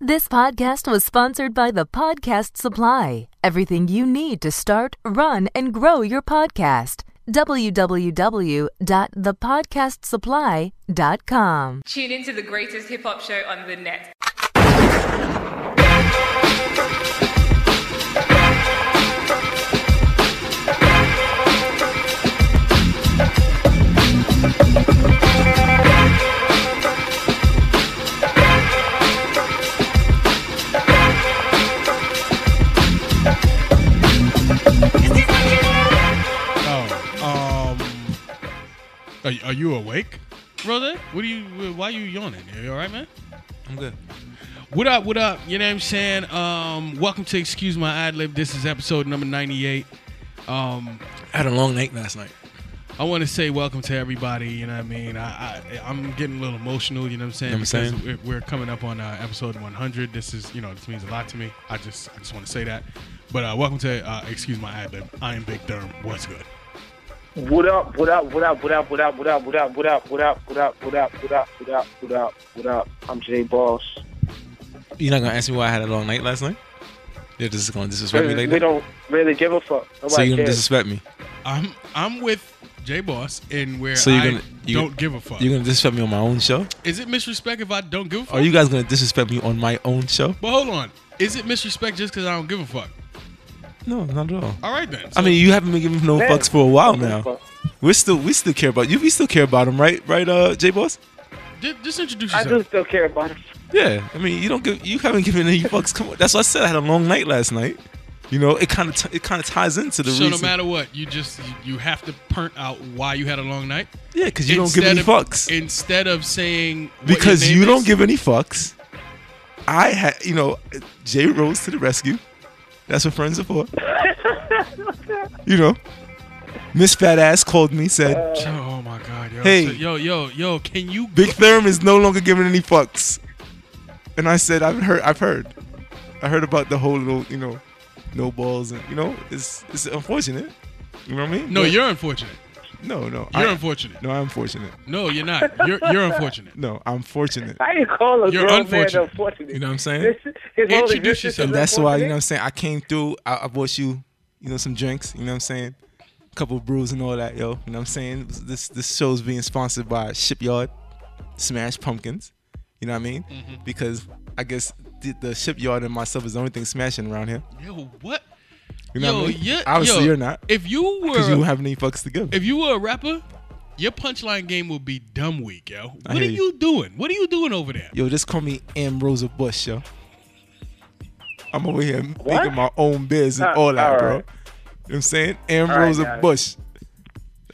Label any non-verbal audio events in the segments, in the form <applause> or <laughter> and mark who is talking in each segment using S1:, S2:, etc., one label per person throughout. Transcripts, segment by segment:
S1: This podcast was sponsored by The Podcast Supply. Everything you need to start, run, and grow your podcast. www.thepodcastsupply.com.
S2: Tune into the greatest hip hop show on the net.
S3: Oh, um, are, are you awake, brother? What do you? Why you yawning? Are you all right, man?
S4: I'm good.
S3: What up? What up? You know what I'm saying? Um, welcome to Excuse My Ad Lib. This is episode number 98. Um,
S4: I had a long night last night.
S3: I want to say welcome to everybody. You know what I mean? I, I I'm getting a little emotional. You know what I'm saying?
S4: You know what I'm
S3: Because We're, we're coming up on uh, episode 100. This is you know this means a lot to me. I just I just want to say that. But uh, welcome to uh, Excuse My Ad Lib. I am Big Derm. What's good?
S5: What up, what up, what up, what up, what up, what up, what up, what up, what up, what up, what up, what up, what up, what up, what up. I'm Jay Boss.
S4: You're not gonna ask me why I had a long night last night? You're just gonna disrespect me
S5: Uh, We
S4: like that?
S5: don't really give a fuck.
S4: So
S5: Nobody
S4: you're gonna
S5: cares.
S4: disrespect me?
S3: I'm I'm with J Boss and where
S4: So you're
S3: I
S4: gonna- you-
S3: don't give a fuck.
S4: You're gonna disrespect me on my own show?
S3: is it misrespect if I don't give a fuck?
S4: Are you guys gonna disrespect me on my own show?
S3: but hold on. Is it misrespect just because I don't give a fuck?
S4: No, not at all.
S3: All right then.
S4: I
S3: So-
S4: mean, you haven't been giving no
S5: Man,
S4: fucks for a while
S5: don't give a
S4: now.
S5: fuck.
S4: We still, we still care about you. We still care about him, right? Right, uh, J Boss?
S3: ju- just introduce
S5: I
S3: yourself.
S5: do still care about him.
S4: Yeah. I mean, you don't give, you haven't given any fucks. Come on. That's why I said I had a long night last night. You know, it kind of, t- it kind of ties into the
S3: so no
S4: reason.
S3: matter what, you just you, you have to punt out why you had a long night.
S4: yeah, because you don't give
S3: Instead
S4: any
S3: of-
S4: fucks.
S3: Instead of saying what your
S4: because
S3: name
S4: you don't
S3: is.
S4: give any fucks. I had, you know, Jay rose to the rescue. That's what friends are for. you know, Miss Fat Ass called me, said
S3: Oh my god, yo.
S4: Hey.
S3: So- yo, yo, yo, can you
S4: Big Therm is no longer giving any fucks, and I said I've heard, I've heard, I heard about the whole little, you know, no balls, and you know, it's it's unfortunate. You know what I mean?
S3: No,
S4: But-
S3: you're unfortunate.
S4: no, no,
S3: You're
S4: I-
S3: unfortunate.
S4: No, I'm fortunate.
S3: No, you're not. You're you're
S4: <laughs>
S3: unfortunate.
S4: No, I'm fortunate.
S5: I didn't call a
S3: You're
S5: grown man
S3: unfortunate.
S5: unfortunate.
S4: You know what I'm saying?
S5: This- his whole
S3: Introduce
S5: existence
S3: yourself.
S5: is
S4: And that's why, you know what I'm
S5: unfortunate.
S4: saying? I came through, I, I bought you, you know, some drinks, you know what I'm saying? couple brews and all that, yo. You know what I'm saying? This this show's being sponsored by Shipyard Smash Pumpkins. You know what I mean? Because I guess the, the shipyard and myself is the only thing smashing around here.
S3: Yo, what?
S4: You know
S3: yo,
S4: what I mean?
S3: you're-
S4: Obviously
S3: yo,
S4: you're not.
S3: If you were
S4: Because you don't have any fucks to give.
S3: if you were a rapper, your punchline game would be dumb weak, yo. What are
S4: hear
S3: you.
S4: you.
S3: doing? What are you doing over there?
S4: Yo, just call me Ambrosia Bush, yo. I'm over here
S5: What?
S4: making my own biz and
S5: Uh,
S4: all that,
S5: all
S4: bro. You know what
S5: right.
S4: I'm saying? Ambrosia
S5: guys.
S4: Bush.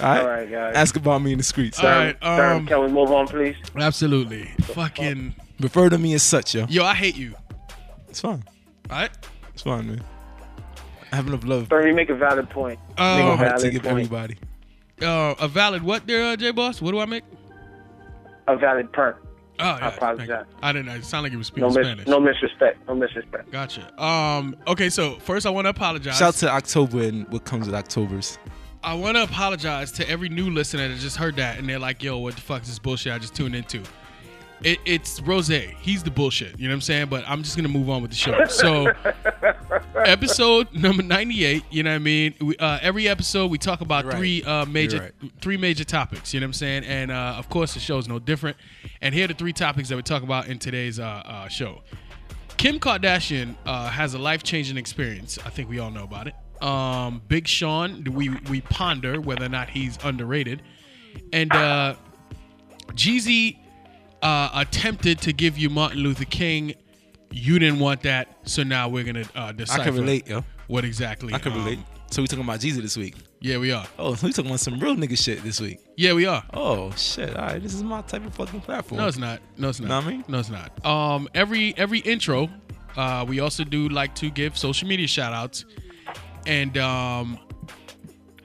S4: All right?
S5: All right, guys.
S4: Ask about me in the streets.
S3: All right,
S5: Sir,
S3: um,
S5: can we move on, please?
S3: absolutely. Fucking
S4: Refer to me as such, yo.
S3: yo, I hate you.
S4: It's fine.
S3: All right.
S4: It's fine, man. I have enough love.
S5: Sir, you make a valid point.
S3: Um,
S4: Nigga
S5: Nigga.
S4: heart to
S5: valid
S4: give
S5: point.
S4: everybody.
S3: uh, a valid what there, uh, J Boss? What do I make?
S5: A valid perk.
S3: Oh, yeah, thank you.
S5: apologize.
S3: I didn't. know. It sounded like you were speaking
S5: No, mis-
S3: Spanish.
S5: no disrespect. No disrespect.
S3: Gotcha. Um. Okay. So first, I want to apologize.
S4: Shout out to October and what comes with October's.
S3: I want to apologize to every new listener that just heard that and they're like, yo, what the fuck is this bullshit I just tuned into? It, it's Rose. He's the bullshit. You know what I'm saying? But I'm just going to move on with the show. So, episode number 98, you know what I mean? We, uh, every episode, we talk about
S4: You're right.
S3: three uh, major
S4: right.
S3: three major topics, you know what I'm saying? And uh, of course, the show is no different. And here are the three topics that we talk about in today's uh, uh, show. Kim Kardashian uh, has a life changing experience. I think we all know about it. Um, Big Sean, we we ponder whether or not he's underrated, and uh, Jeezy uh, attempted to give you Martin Luther King. You didn't want that, so now we're gonna uh, decipher.
S4: relate, yo.
S3: What exactly?
S4: I can
S3: um,
S4: relate. So we talking about Jesus this week.
S3: Yeah, we are.
S4: Oh, so we talking about some real nigga shit this week.
S3: Yeah, we are.
S4: Oh shit! All right, this is my type of fucking platform.
S3: No, it's not. No, it's not.
S4: Know what I mean?
S3: No, it's not. Um, every every intro, uh, we also do like to give social media shout outs. And um,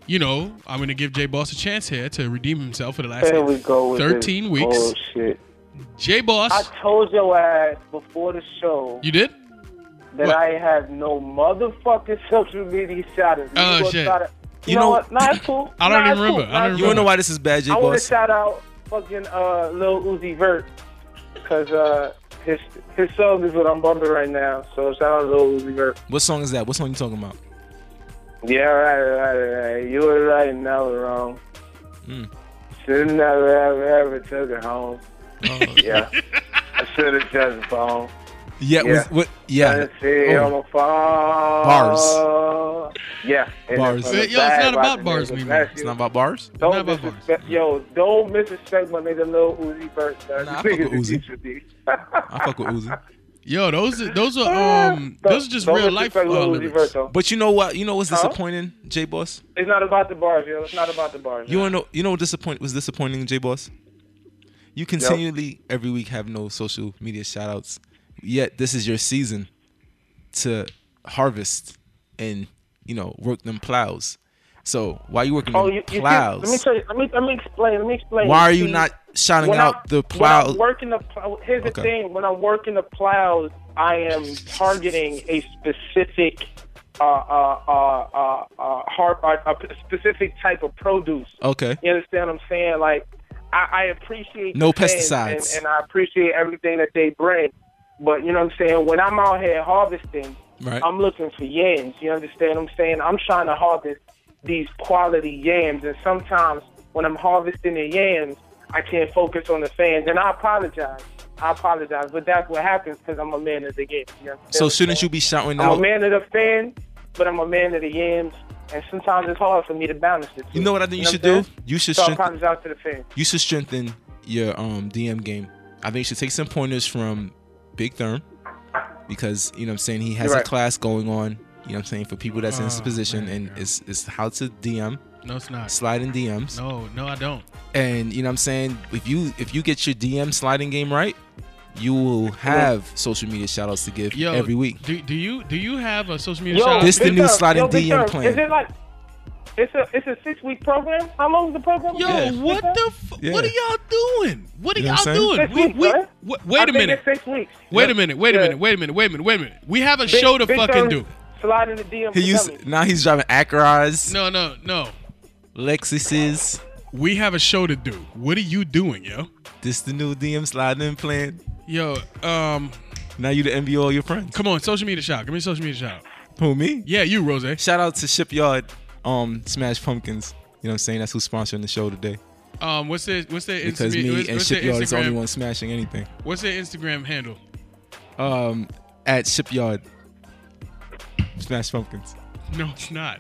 S3: you know, I'm gonna give J Boss a chance here to redeem himself for the last
S5: There we go. With
S3: 13
S5: this
S3: weeks.
S5: Bullshit.
S3: J Boss,
S5: I told your ass before the show.
S3: you did?
S5: that
S3: What?
S5: I have no motherfucking <laughs> social media shout outs.
S3: Oh, shit.
S4: You
S5: You, know,
S4: know-
S5: what? Nah, it's cool.
S3: I don't even
S5: Nah, it's cool.
S3: remember. I don't
S5: Nah, it's
S3: remember.
S4: You wanna know why this is bad, J
S5: cool. I want to
S4: Boss?
S5: shout out fucking uh, Lil Uzi Vert. because uh, his his song is what I'm bumping right now. So shout out to Lil Uzi Vert.
S4: What song is that? What song you talking about?
S5: Yeah, right, right, right. You were right and I was wrong.
S3: Hmm.
S5: Should have never, ever, ever took it home.
S3: Oh.
S5: Yeah. I should have just phone.
S4: Yeah,
S5: Yeah.
S4: Was, what? Yeah.
S5: Let's see,
S4: Oh,
S5: I'm a fall.
S4: Bars.
S5: Yeah. and
S4: Bars.
S5: from the
S3: Yo, it's not
S5: back,
S3: about
S5: watching
S3: bars,
S5: niggas
S3: Mimi.
S5: bless
S4: it's
S5: you.
S4: not about bars.
S3: not
S5: Don't
S3: about bars.
S5: disrespect, yo, don't disrespect my nigga Lil Uzi Vert. son.
S4: Nah, I fuck
S5: You niggas
S4: with
S5: is Uzi.
S4: I fuck with Uzi.
S3: Yo, those are, those are um <laughs> those are just
S5: Don't
S3: real life uh,
S5: disrespect Lil Uzi Vert,
S3: lyrics.
S5: though.
S4: But you know what? You know what's
S5: Huh?
S4: disappointing, J Boss?
S5: It's not about the bars, yo. It's not about the bars.
S4: You
S5: yo.
S4: wanna know? You know what disappoint was disappointing, J Boss? You continually every week have no social media shout outs. Yet this is your season to harvest and you know work them plows. So why you working
S5: Oh,
S4: them
S5: you, you, you,
S4: plows?
S5: let me tell you. Let me let me explain. Let me explain.
S4: why are you
S5: See,
S4: not shouting
S5: when
S4: out
S5: I-
S4: the
S5: When
S4: plow?
S5: I'm working the plow, here's
S4: Okay.
S5: the thing: when I'm working the plows, I am targeting a specific, uh, uh, uh, uh, uh, har- uh, a specific type of produce.
S4: Okay.
S5: You understand what I'm saying? Like, I, I appreciate
S4: No
S5: the fans
S4: pesticides.
S5: and, and I appreciate everything that they bring. But you know what I'm saying? When I'm out here harvesting,
S4: Right.
S5: I'm looking for yams. You understand what I'm saying? I'm trying to harvest these quality yams, and sometimes when I'm harvesting the yams, I can't focus on the fans, and I apologize. I apologize, but that's what happens because I'm a man of the game. You understand
S4: So
S5: what I'm
S4: shouldn't
S5: saying?
S4: you be shouting
S5: I'm a
S4: out?
S5: man of the fans, but I'm a man of the yams, and sometimes it's hard for me to balance it.
S4: You know what I think you should do? You should
S5: So I
S4: strengthen.
S5: apologize to the fans.
S4: you should strengthen your um DM game. I think you should take some pointers from Big Therm because you know what I'm saying he has
S5: You're
S4: a
S5: right.
S4: class going on, you know what I'm saying, for people that's in his
S3: Oh,
S4: position
S3: man,
S4: and
S3: yeah.
S4: it's it's how to DM,
S3: No, it's not.
S4: slide in DMs.
S3: No, no, I don't.
S4: And you know what I'm saying, if you if you get your DM sliding game right, you will have social media shout outs to give
S3: Yo,
S4: every week.
S3: Do, do you do you have a social media?
S5: Yo,
S3: shout-out?
S4: This the
S5: Big
S4: new
S5: Term,
S4: sliding
S5: yo, Big
S4: DM
S5: Term,
S4: plan.
S5: Is it like it's a it's a six week program? How long is the program?
S3: Yo,
S4: Yeah.
S3: what the? F-
S4: Yeah.
S3: What are y'all doing? What are
S4: You
S3: y'all
S4: know what I'm saying?
S3: doing?
S5: Six
S3: We,
S5: weeks,
S3: we,
S5: right?
S3: wa-
S5: I
S3: wait a
S5: think
S3: minute.
S5: it's six weeks.
S3: Wait a minute. Wait a
S5: Yeah.
S3: minute. Wait a minute. Wait a minute. Wait a minute. We have a
S5: Big-
S3: show to
S5: Big
S3: fucking
S5: Term,
S3: do.
S5: Slide in the DM.
S4: He
S5: for
S4: used
S5: dummies.
S4: now he's driving Acaras,
S3: No, no, no.
S4: Lexuses.
S3: We have a show to do. What are you doing, yo?
S4: This the new DM sliding plan.
S3: Yo, um,
S4: Now you the envy all your friends.
S3: come on, social media shout. Give me a social media shout.
S4: Who me?
S3: Yeah, you, Rose.
S4: Shout out to Shipyard um Smash Pumpkins. You know what I'm saying? That's who's sponsoring the show today.
S3: Um, what's their what's their
S4: Because
S3: Insta-
S4: me
S3: what's,
S4: and
S3: what's their
S4: Shipyard is the only
S3: Instagram-
S4: one smashing anything.
S3: What's their Instagram handle?
S4: Um at Shipyard. Smash Pumpkins.
S3: No, it's not.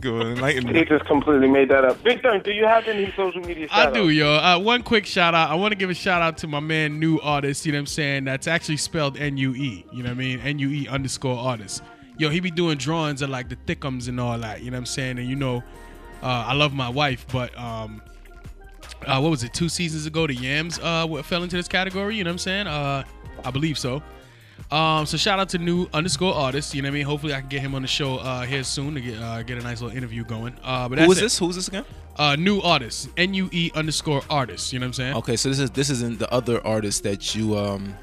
S4: Go on, enlighten
S5: He
S4: me.
S5: just completely made that up. Big Term, do you have any social media?
S3: I
S5: shout-outs?
S3: do, yo. Uh, one quick shout out. I want to give a shout out to my man, new artist. You know what I'm saying? That's actually spelled N U E. You know what I mean? N U E underscore artist. Yo, he be doing drawings of like the thickums and all that. You know what I'm saying? And you know, uh, I love my wife, but um, uh, what was it? Two seasons ago, the Yams uh w- fell into this category. You know what I'm saying? Uh, I believe so. Um, so shout out to new underscore artist. You know what I mean? Hopefully, I can get him on the show uh here soon to get uh, get a nice little interview going. Uh, but that's
S4: Who is
S3: it
S4: this? Who's this again?
S3: uh, new artist, N U E underscore artist. You know what I'm saying?
S4: Okay, so this is this isn't the other artist that you um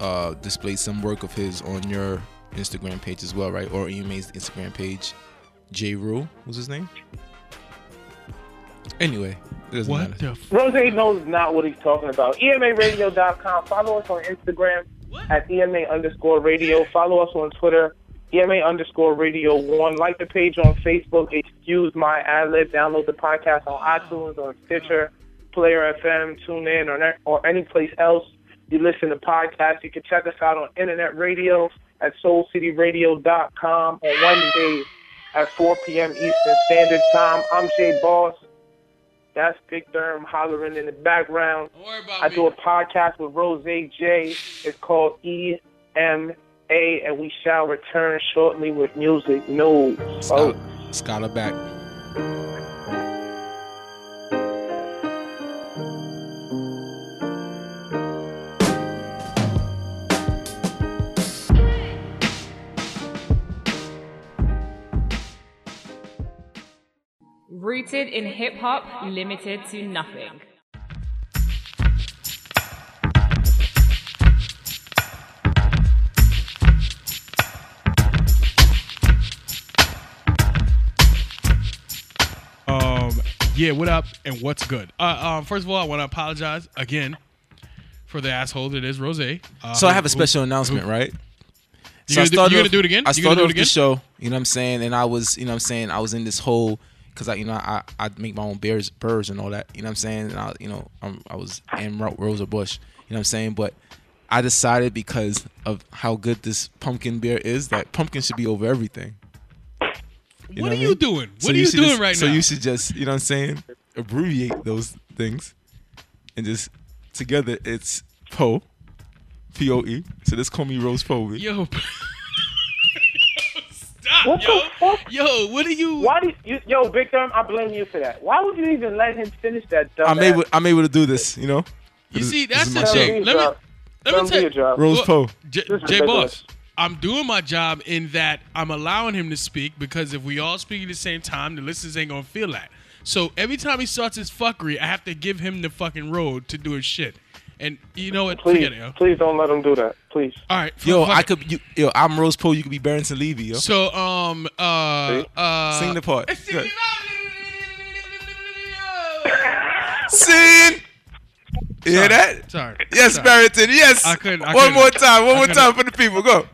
S4: uh displayed some work of his on your Instagram page as well, right? Or EMA's Instagram page. J Rule was his name. Anyway, it doesn't
S3: What
S4: matter.
S3: the f-
S5: Rose knows not what he's talking about. E EMARadio.com. Follow us on Instagram at EMA underscore radio. Follow us on Twitter, EMA underscore radio one. Like the page on Facebook, Excuse My Ad Lib. Download the podcast on iTunes, on Stitcher, Player FM, TuneIn, or, ne- or any place else you listen to podcasts. You can check us out on Internet Radio at SoulCityRadio.com on Wednesdays at 4 p.m. Eastern Standard Time. I'm Jay Boss. That's Big Durham hollering in the background.
S3: Don't worry about
S5: I
S3: me.
S5: do a podcast with Rose J. It's called EMA, and we shall return shortly with music news. Oh.
S4: Scholar,
S5: folks.
S4: Scholar back.
S2: Rooted in hip hop, limited to nothing.
S3: Um, yeah, what up and what's good? Uh, um, first of all, I want to apologize again for the asshole that is Rose. Uh,
S4: So I
S3: who-
S4: have a
S3: who-
S4: special announcement, right?
S3: You
S4: So I
S3: gonna do-
S4: started
S3: you gonna
S4: off-
S3: do it again?
S4: I
S3: You gonna
S4: started
S3: do it
S4: off
S3: again?
S4: the show, you know what I'm saying, and I was, you know what I'm saying, I was in this whole because I, you know, I I make my own bears, birds, and all that, you know what I'm saying, and I, you know, I'm, I was in Ro- Rosa Bush, you know what I'm saying, but I decided because of how good this pumpkin beer is that pumpkin should be over everything.
S3: What,
S4: know
S3: are
S4: I
S3: you
S4: mean?
S3: doing? What
S4: So
S3: are you,
S4: should
S3: doing
S4: just-
S3: right
S4: so
S3: now?
S4: you should just, you know what I'm saying, abbreviate those things and just together it's PO, P O E. So just call me Rose Poe.
S3: yo, <laughs> stop,
S5: What
S3: yo,
S5: the fuck?
S3: yo. What are you?
S5: Why do you, yo, Big Thumb? I blame you for that. Why would you even let him finish that? Dumb
S4: I'm able, I'm able to do this, you know?
S3: You
S4: This-
S3: see,
S4: this
S3: that's
S4: is
S3: the
S4: my
S3: thing.
S4: job.
S3: Let
S5: uh,
S3: me- Let me
S5: Don't do your
S3: tell
S5: job.
S4: Rose Poe.
S3: J,
S5: This is
S3: J
S5: ridiculous.
S3: Boss, I'm doing my job in that I'm allowing him to speak because if we all speak at the same time, the listeners ain't gonna feel that. So every time he starts his fuckery, I have to give him the fucking road to do his shit. And you know what?
S5: Please,
S3: Forget it, yo.
S5: please don't let him do that. Please.
S3: All right, fuck-
S4: Yo,
S3: fuck
S4: I
S3: it.
S4: could, you, yo, I'm Rose Poe. You could be Barrington Levy, yo.
S3: So um uh
S5: See?
S3: uh
S4: Sing the part.
S3: <laughs> Sing it
S4: Good.
S3: out.
S4: Sin. You hear that?
S3: Sorry.
S4: Yes,
S3: Sorry.
S4: Barrington. Yes.
S3: I couldn't- I
S4: one
S3: couldn't.
S4: more time. One
S3: I
S4: more
S3: couldn't.
S4: time for the people. Go.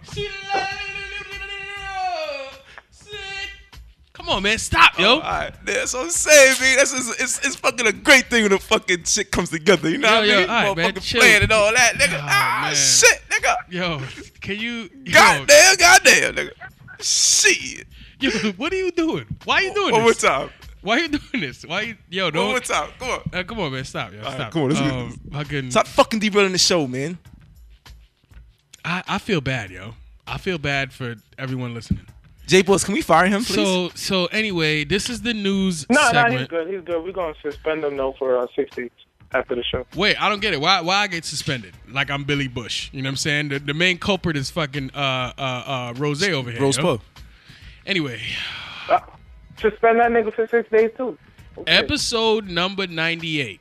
S3: Come on, man, stop, yo.
S4: All right. That's what I'm saying, man. That's just, it's, it's fucking a great thing when the fucking shit comes together. You know
S3: Yo,
S4: what
S3: yo,
S4: I
S3: all
S4: mean?
S3: right, man,
S4: Motherfucking
S3: chill.
S4: playing and all that, nigga.
S3: Oh,
S4: ah,
S3: man.
S4: shit, nigga.
S3: Yo, can you? yo,
S4: Goddamn, goddamn, nigga. Shit.
S3: Yo, what are you doing? Why are you doing
S4: One more
S3: this?
S4: time.
S3: Why are you doing this? Why you? Yo,
S4: One
S3: don't.
S4: more time. Come on.
S3: Uh, come on, man, stop, yo,
S4: right,
S3: stop.
S4: come on, let's get
S3: um, fucking,
S4: Stop fucking derailing the show, man.
S3: I, I feel bad, yo. I feel bad for everyone listening.
S4: J Boss, can we fire him, please?
S3: So, so anyway, this is the news
S5: No, no, he's
S3: segment.
S5: good. He's good. We're gonna suspend him though for uh, six days after the show.
S3: Wait, I don't get it. Why why I get suspended? Like I'm Billy Bush. You know what I'm saying? The, the main culprit is fucking uh uh uh Rose over here.
S4: Rose
S3: yo.
S4: Poe.
S3: Anyway,
S5: Uh, suspend that nigga for six days too. Okay.
S3: episode number 98.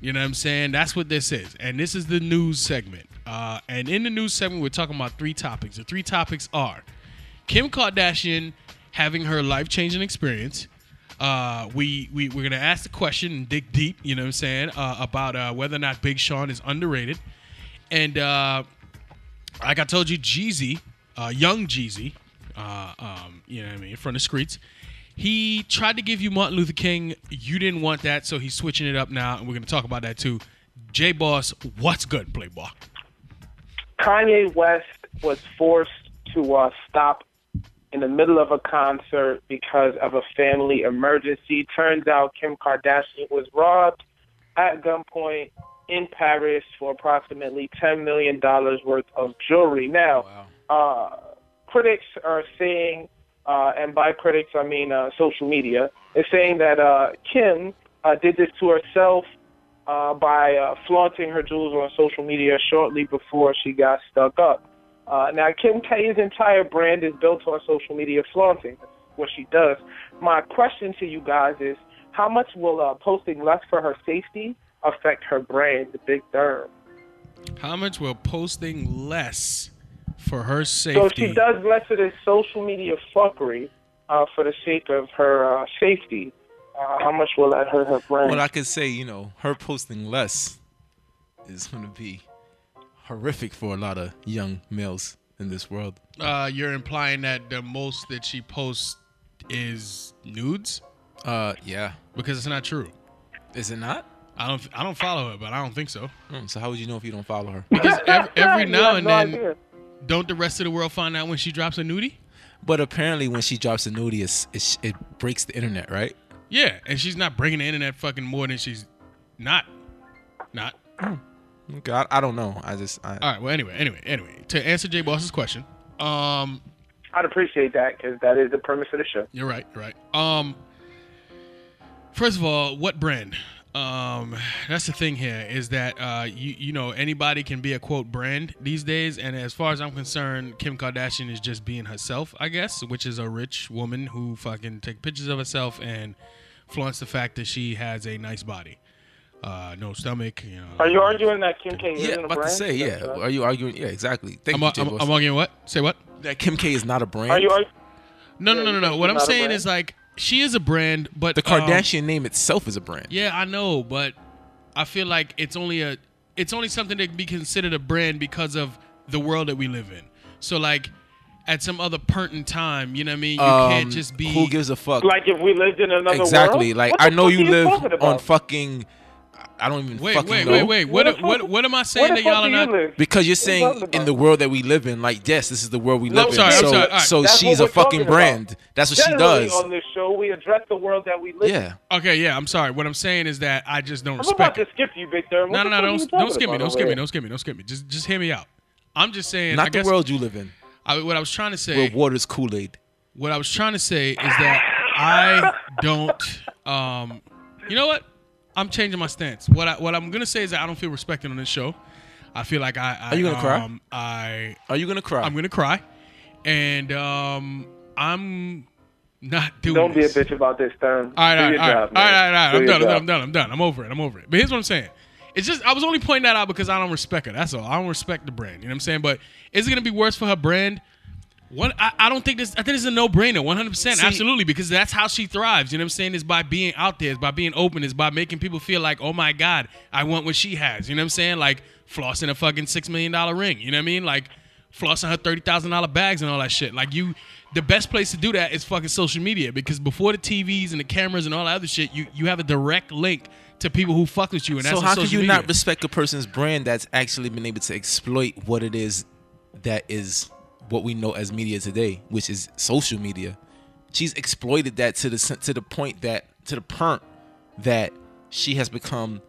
S3: You know what I'm saying? That's what this is. And this is the news segment. Uh, and in the news segment, we're talking about three topics. The three topics are Kim Kardashian having her life changing experience. Uh, we, we, we're going to ask the question and dig deep, you know what I'm saying, uh, about uh, whether or not Big Sean is underrated. And uh, like I told you, Jeezy, uh, young Jeezy, uh, um, you know what I mean, from the streets, he tried to give you Martin Luther King. You didn't want that, so he's switching it up now, and we're going to talk about that too. J Boss, what's good, Playboy?
S5: Kanye West was forced to uh, stop in the middle of a concert because of a family emergency. Turns out Kim Kardashian was robbed at gunpoint in Paris for approximately $10 million worth of jewelry. Now, uh, critics are saying, uh, and by critics I mean uh, social media, is saying that uh, Kim uh, did this to herself uh, by uh, flaunting her jewels on social media shortly before she got stuck up. Uh, now, Kim K's entire brand is built on social media flaunting, That's what she does. My question to you guys is how much will uh, posting less for her safety affect her brand, the Big Third?
S3: How much will posting less for her safety?
S5: So if she does less of this social media fuckery uh, for the sake of her uh, safety, uh, how much will that hurt her brand?
S4: Well, I could say, you know, her posting less is going to be horrific for a lot of young males in this world.
S3: uh, you're implying that the most that she posts is nudes
S4: Uh, yeah.
S3: because it's not true.
S4: Is it not?
S3: I don't I don't follow her, but I don't think
S5: <laughs>
S3: so.
S4: Hmm, so how would you know if you don't follow her? <laughs>
S3: Because every, every
S5: You
S3: now
S5: have
S3: and
S5: no
S3: then,
S5: idea.
S3: don't the rest of the world find out when she drops a nudie?
S4: But apparently, when she drops a nudie, it's, it, sh- it breaks the internet, right?
S3: Yeah, and she's not bringing the internet fucking more than she's not. Not.
S4: Okay, I, I don't know. I just I,
S3: All right. Well, anyway, anyway, anyway. To answer J Boss's question, um,
S5: I'd appreciate that because that is the premise of the show.
S3: you're right, you're right. Um, first of all, what brand? Um, that's the thing here is that uh, you you know anybody can be a quote brand these days, and as far as I'm concerned, Kim Kardashian is just being herself, I guess, which is a rich woman who fucking take pictures of herself and flaunts the fact that she has a nice body, uh, no stomach. You know,
S5: Are you arguing that Kim K
S4: yeah,
S5: isn't a
S4: about
S5: brand?
S4: to say yeah.
S5: uh,
S4: Are you arguing? Yeah, exactly. Thank
S3: I'm,
S4: you,
S3: I'm,
S4: J-Boss.
S3: I'm arguing what? Say what?
S4: that Kim K is not a brand.
S5: Are you arguing?
S3: No, no,
S5: Yeah,
S3: no, no,
S5: you
S3: no.
S5: think
S3: What
S5: she's
S3: I'm
S5: not a
S3: saying
S5: brand?
S3: is like she is a brand, but
S4: the
S3: um,
S4: Kardashian name itself is a brand.
S3: yeah, I know, but I feel like it's only a it's only something that can be considered a brand because of the world that we live in. So like at some other pertinent time, you know what I mean? You can't
S4: Um,
S3: just be
S4: Who gives a fuck?
S5: Like if we lived in another
S4: exactly.
S5: world.
S4: Like
S5: What the
S4: I know
S5: fuck are
S4: you
S5: talking
S4: live
S5: about?
S4: on fucking. I don't even
S3: Wait,
S4: fucking
S3: wait,
S4: know.
S3: wait, wait. What, what,
S5: Where the
S3: what,
S5: fuck-
S3: am I
S5: Where
S3: saying
S5: the
S3: that
S5: fuck
S3: y'all
S5: do
S3: are
S5: you
S3: not?
S5: live?
S4: Because you're
S5: talking
S4: saying
S5: about?
S4: in the world that we live in, like yes, this is the world we live
S3: I'm
S4: in.
S3: sorry, I'm
S4: so,
S3: sorry. All right.
S4: so
S5: That's
S4: she's
S5: what
S4: a
S5: we're
S4: fucking
S5: talking about.
S4: brand. That's what she
S5: Generally
S4: does.
S5: on this show, we address the world that we live. in.
S4: Yeah.
S3: Okay, yeah, I'm sorry. What I'm saying is that I just don't
S5: I'm
S3: respect
S5: about to
S3: it.
S5: skip you, Big
S3: No,
S5: Therm. What
S3: no,
S5: the
S3: no,
S5: fuck are you
S3: don't,
S5: talking
S3: don't skip me,
S5: about
S3: don't
S5: over
S3: skip me,
S5: here?
S3: don't skip me, don't skip me. Just just hear me out. I'm just saying
S4: Not
S3: I
S4: the
S3: guess
S4: world you live in,
S3: I, what I was trying to say
S4: where water's Kool Aid.
S3: what I was trying to say is that I don't. Um, you know what? I'm changing my stance. What I, what I'm gonna say is that I don't feel respected on this show. I feel like I. I
S4: Are you gonna cry?
S3: um, I
S4: Are you gonna cry?
S3: I'm gonna cry, and um, I'm not doing.
S5: Don't be a
S3: this.
S5: bitch about this,
S3: All
S5: Therm.
S3: right,
S5: Do
S3: all right,
S5: your
S3: all right, all
S5: job,
S3: right,
S5: man.
S3: all right, all right.
S5: Do
S3: I'm
S5: your
S3: done, I'm done,
S5: job.
S3: I'm done, I'm done. I'm over it. I'm over it. But here's what I'm saying. It's just I was only pointing that out because I don't respect her. That's all. I don't respect the brand. You know what I'm saying? But is it gonna be worse for her brand? One, I, I don't think this. I think this is a no-brainer, 100. percent
S4: See-
S3: Absolutely, because that's how she thrives. You know what I'm saying? Is by being out there, is by being open, is by making people feel like, oh my god, I want what she has. You know what I'm saying? Like flossing a fucking six million dollar ring. You know what I mean? Like flossing her thirty thousand dollar bags and all that shit. Like you, the best place to do that is fucking social media because before the TVs and the cameras and all that other shit, you you have a direct link to people who fuck with you, and that's
S4: so
S3: on
S4: how
S3: social
S4: can you
S3: media.
S4: not respect a person's brand that's actually been able to exploit what it is that is what we know as media today, which is social media? She's exploited that to the sen- to the point that to the point that she has become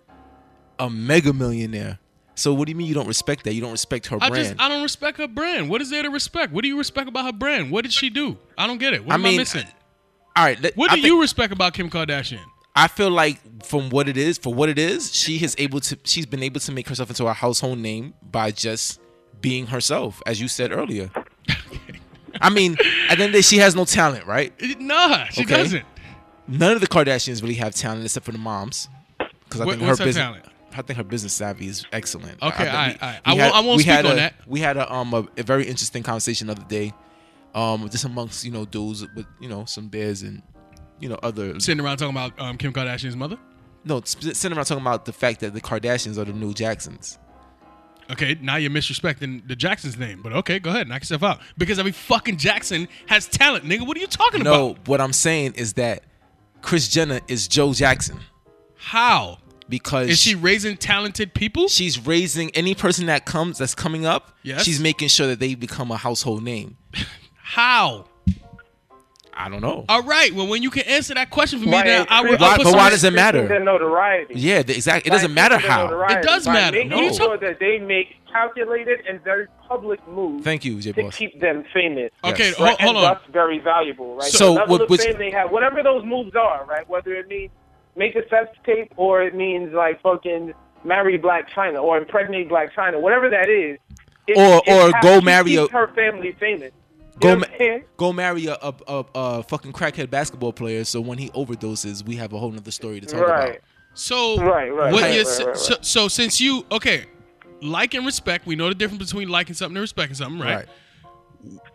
S4: a mega millionaire. So what do you mean you don't respect that? You don't respect her
S3: I
S4: brand?
S3: just I don't respect her brand. What is there to respect? What do you respect about her brand? What did she do? I don't get it. What
S4: I
S3: am I
S4: mean,
S3: missing?
S4: All right, let-
S3: What
S4: I
S3: do
S4: think-
S3: you respect about Kim Kardashian?
S4: I feel like from what it is, for what it is, she has able to she's been able to make herself into a household name by just being herself, as you said earlier. I mean, at the end of the day, she has no talent, right?
S3: It- Nah, she
S4: Okay.
S3: doesn't.
S4: None of the Kardashians really have talent except for the moms. Because I
S3: What-
S4: think
S3: what's her
S4: her business
S3: talent?
S4: I think her business savvy is excellent.
S3: Okay,
S4: I,
S3: alright,
S4: think we-
S3: alright.
S4: we
S3: I won't- I won't
S4: we
S3: speak
S4: had
S3: on
S4: a-
S3: that.
S4: We had a um a, a very interesting conversation the other day, um just amongst you know dudes with you know some bears and you know other
S3: Sitting around talking about um, Kim Kardashian's mother.
S4: No, sp- sitting around talking about the fact that the Kardashians are the new Jacksons.
S3: Okay, now you're misrespecting the Jackson's name, but okay, go ahead, knock yourself out. Because every fucking Jackson has talent, nigga. What are you talking
S4: No,
S3: about?
S4: what I'm saying is that Chris Jenner is Joe Jackson
S3: How
S4: because
S3: is she raising talented people?
S4: she's raising any person that comes that's coming up.
S3: Yes.
S4: She's making sure that they become a household name.
S3: How?
S4: I don't know.
S3: All right. Well, when you can answer that question for me,
S5: Why
S3: now
S5: is
S3: I would.
S5: Chris-
S3: I'll
S4: Why-
S3: put
S4: but
S3: some
S4: why
S3: res-
S4: does it matter?
S5: Their notoriety.
S4: Yeah, the exact. It doesn't
S5: By
S4: matter
S5: increasing their
S4: how.
S5: notoriety,
S3: It does
S5: by
S3: matter.
S5: Making
S3: What are you
S5: sure
S3: talking-
S5: that they make calculated and very public moves.
S4: Thank you, J
S5: to
S4: Boss.
S5: keep them famous.
S3: Okay,
S4: Yes.
S3: ho-
S5: right?
S3: hold
S5: and
S3: on.
S5: That's very valuable, right?
S4: So
S5: the level
S4: what-
S5: of
S4: which-
S5: fame they have, whatever those moves are, right? Whether it means make a sex tape or it means like fucking marry Black China or impregnate Black China, whatever that is. It,
S4: Or-
S5: it
S4: or
S5: has
S4: go
S5: to
S4: marry
S5: keep
S4: a-
S5: her family famous. You
S4: Go,
S5: know
S4: ma-
S5: what I'm saying?
S4: go marry a, a, a, a fucking crackhead basketball player. So when he overdoses, we have a whole nother story to talk
S5: Right.
S4: about.
S3: So
S5: Right, right,
S3: what
S5: right,
S3: you're
S5: right,
S3: s-
S5: right, right.
S3: So, so since you okay, like and respect, we know the difference between liking something and respecting something, right?
S4: Right.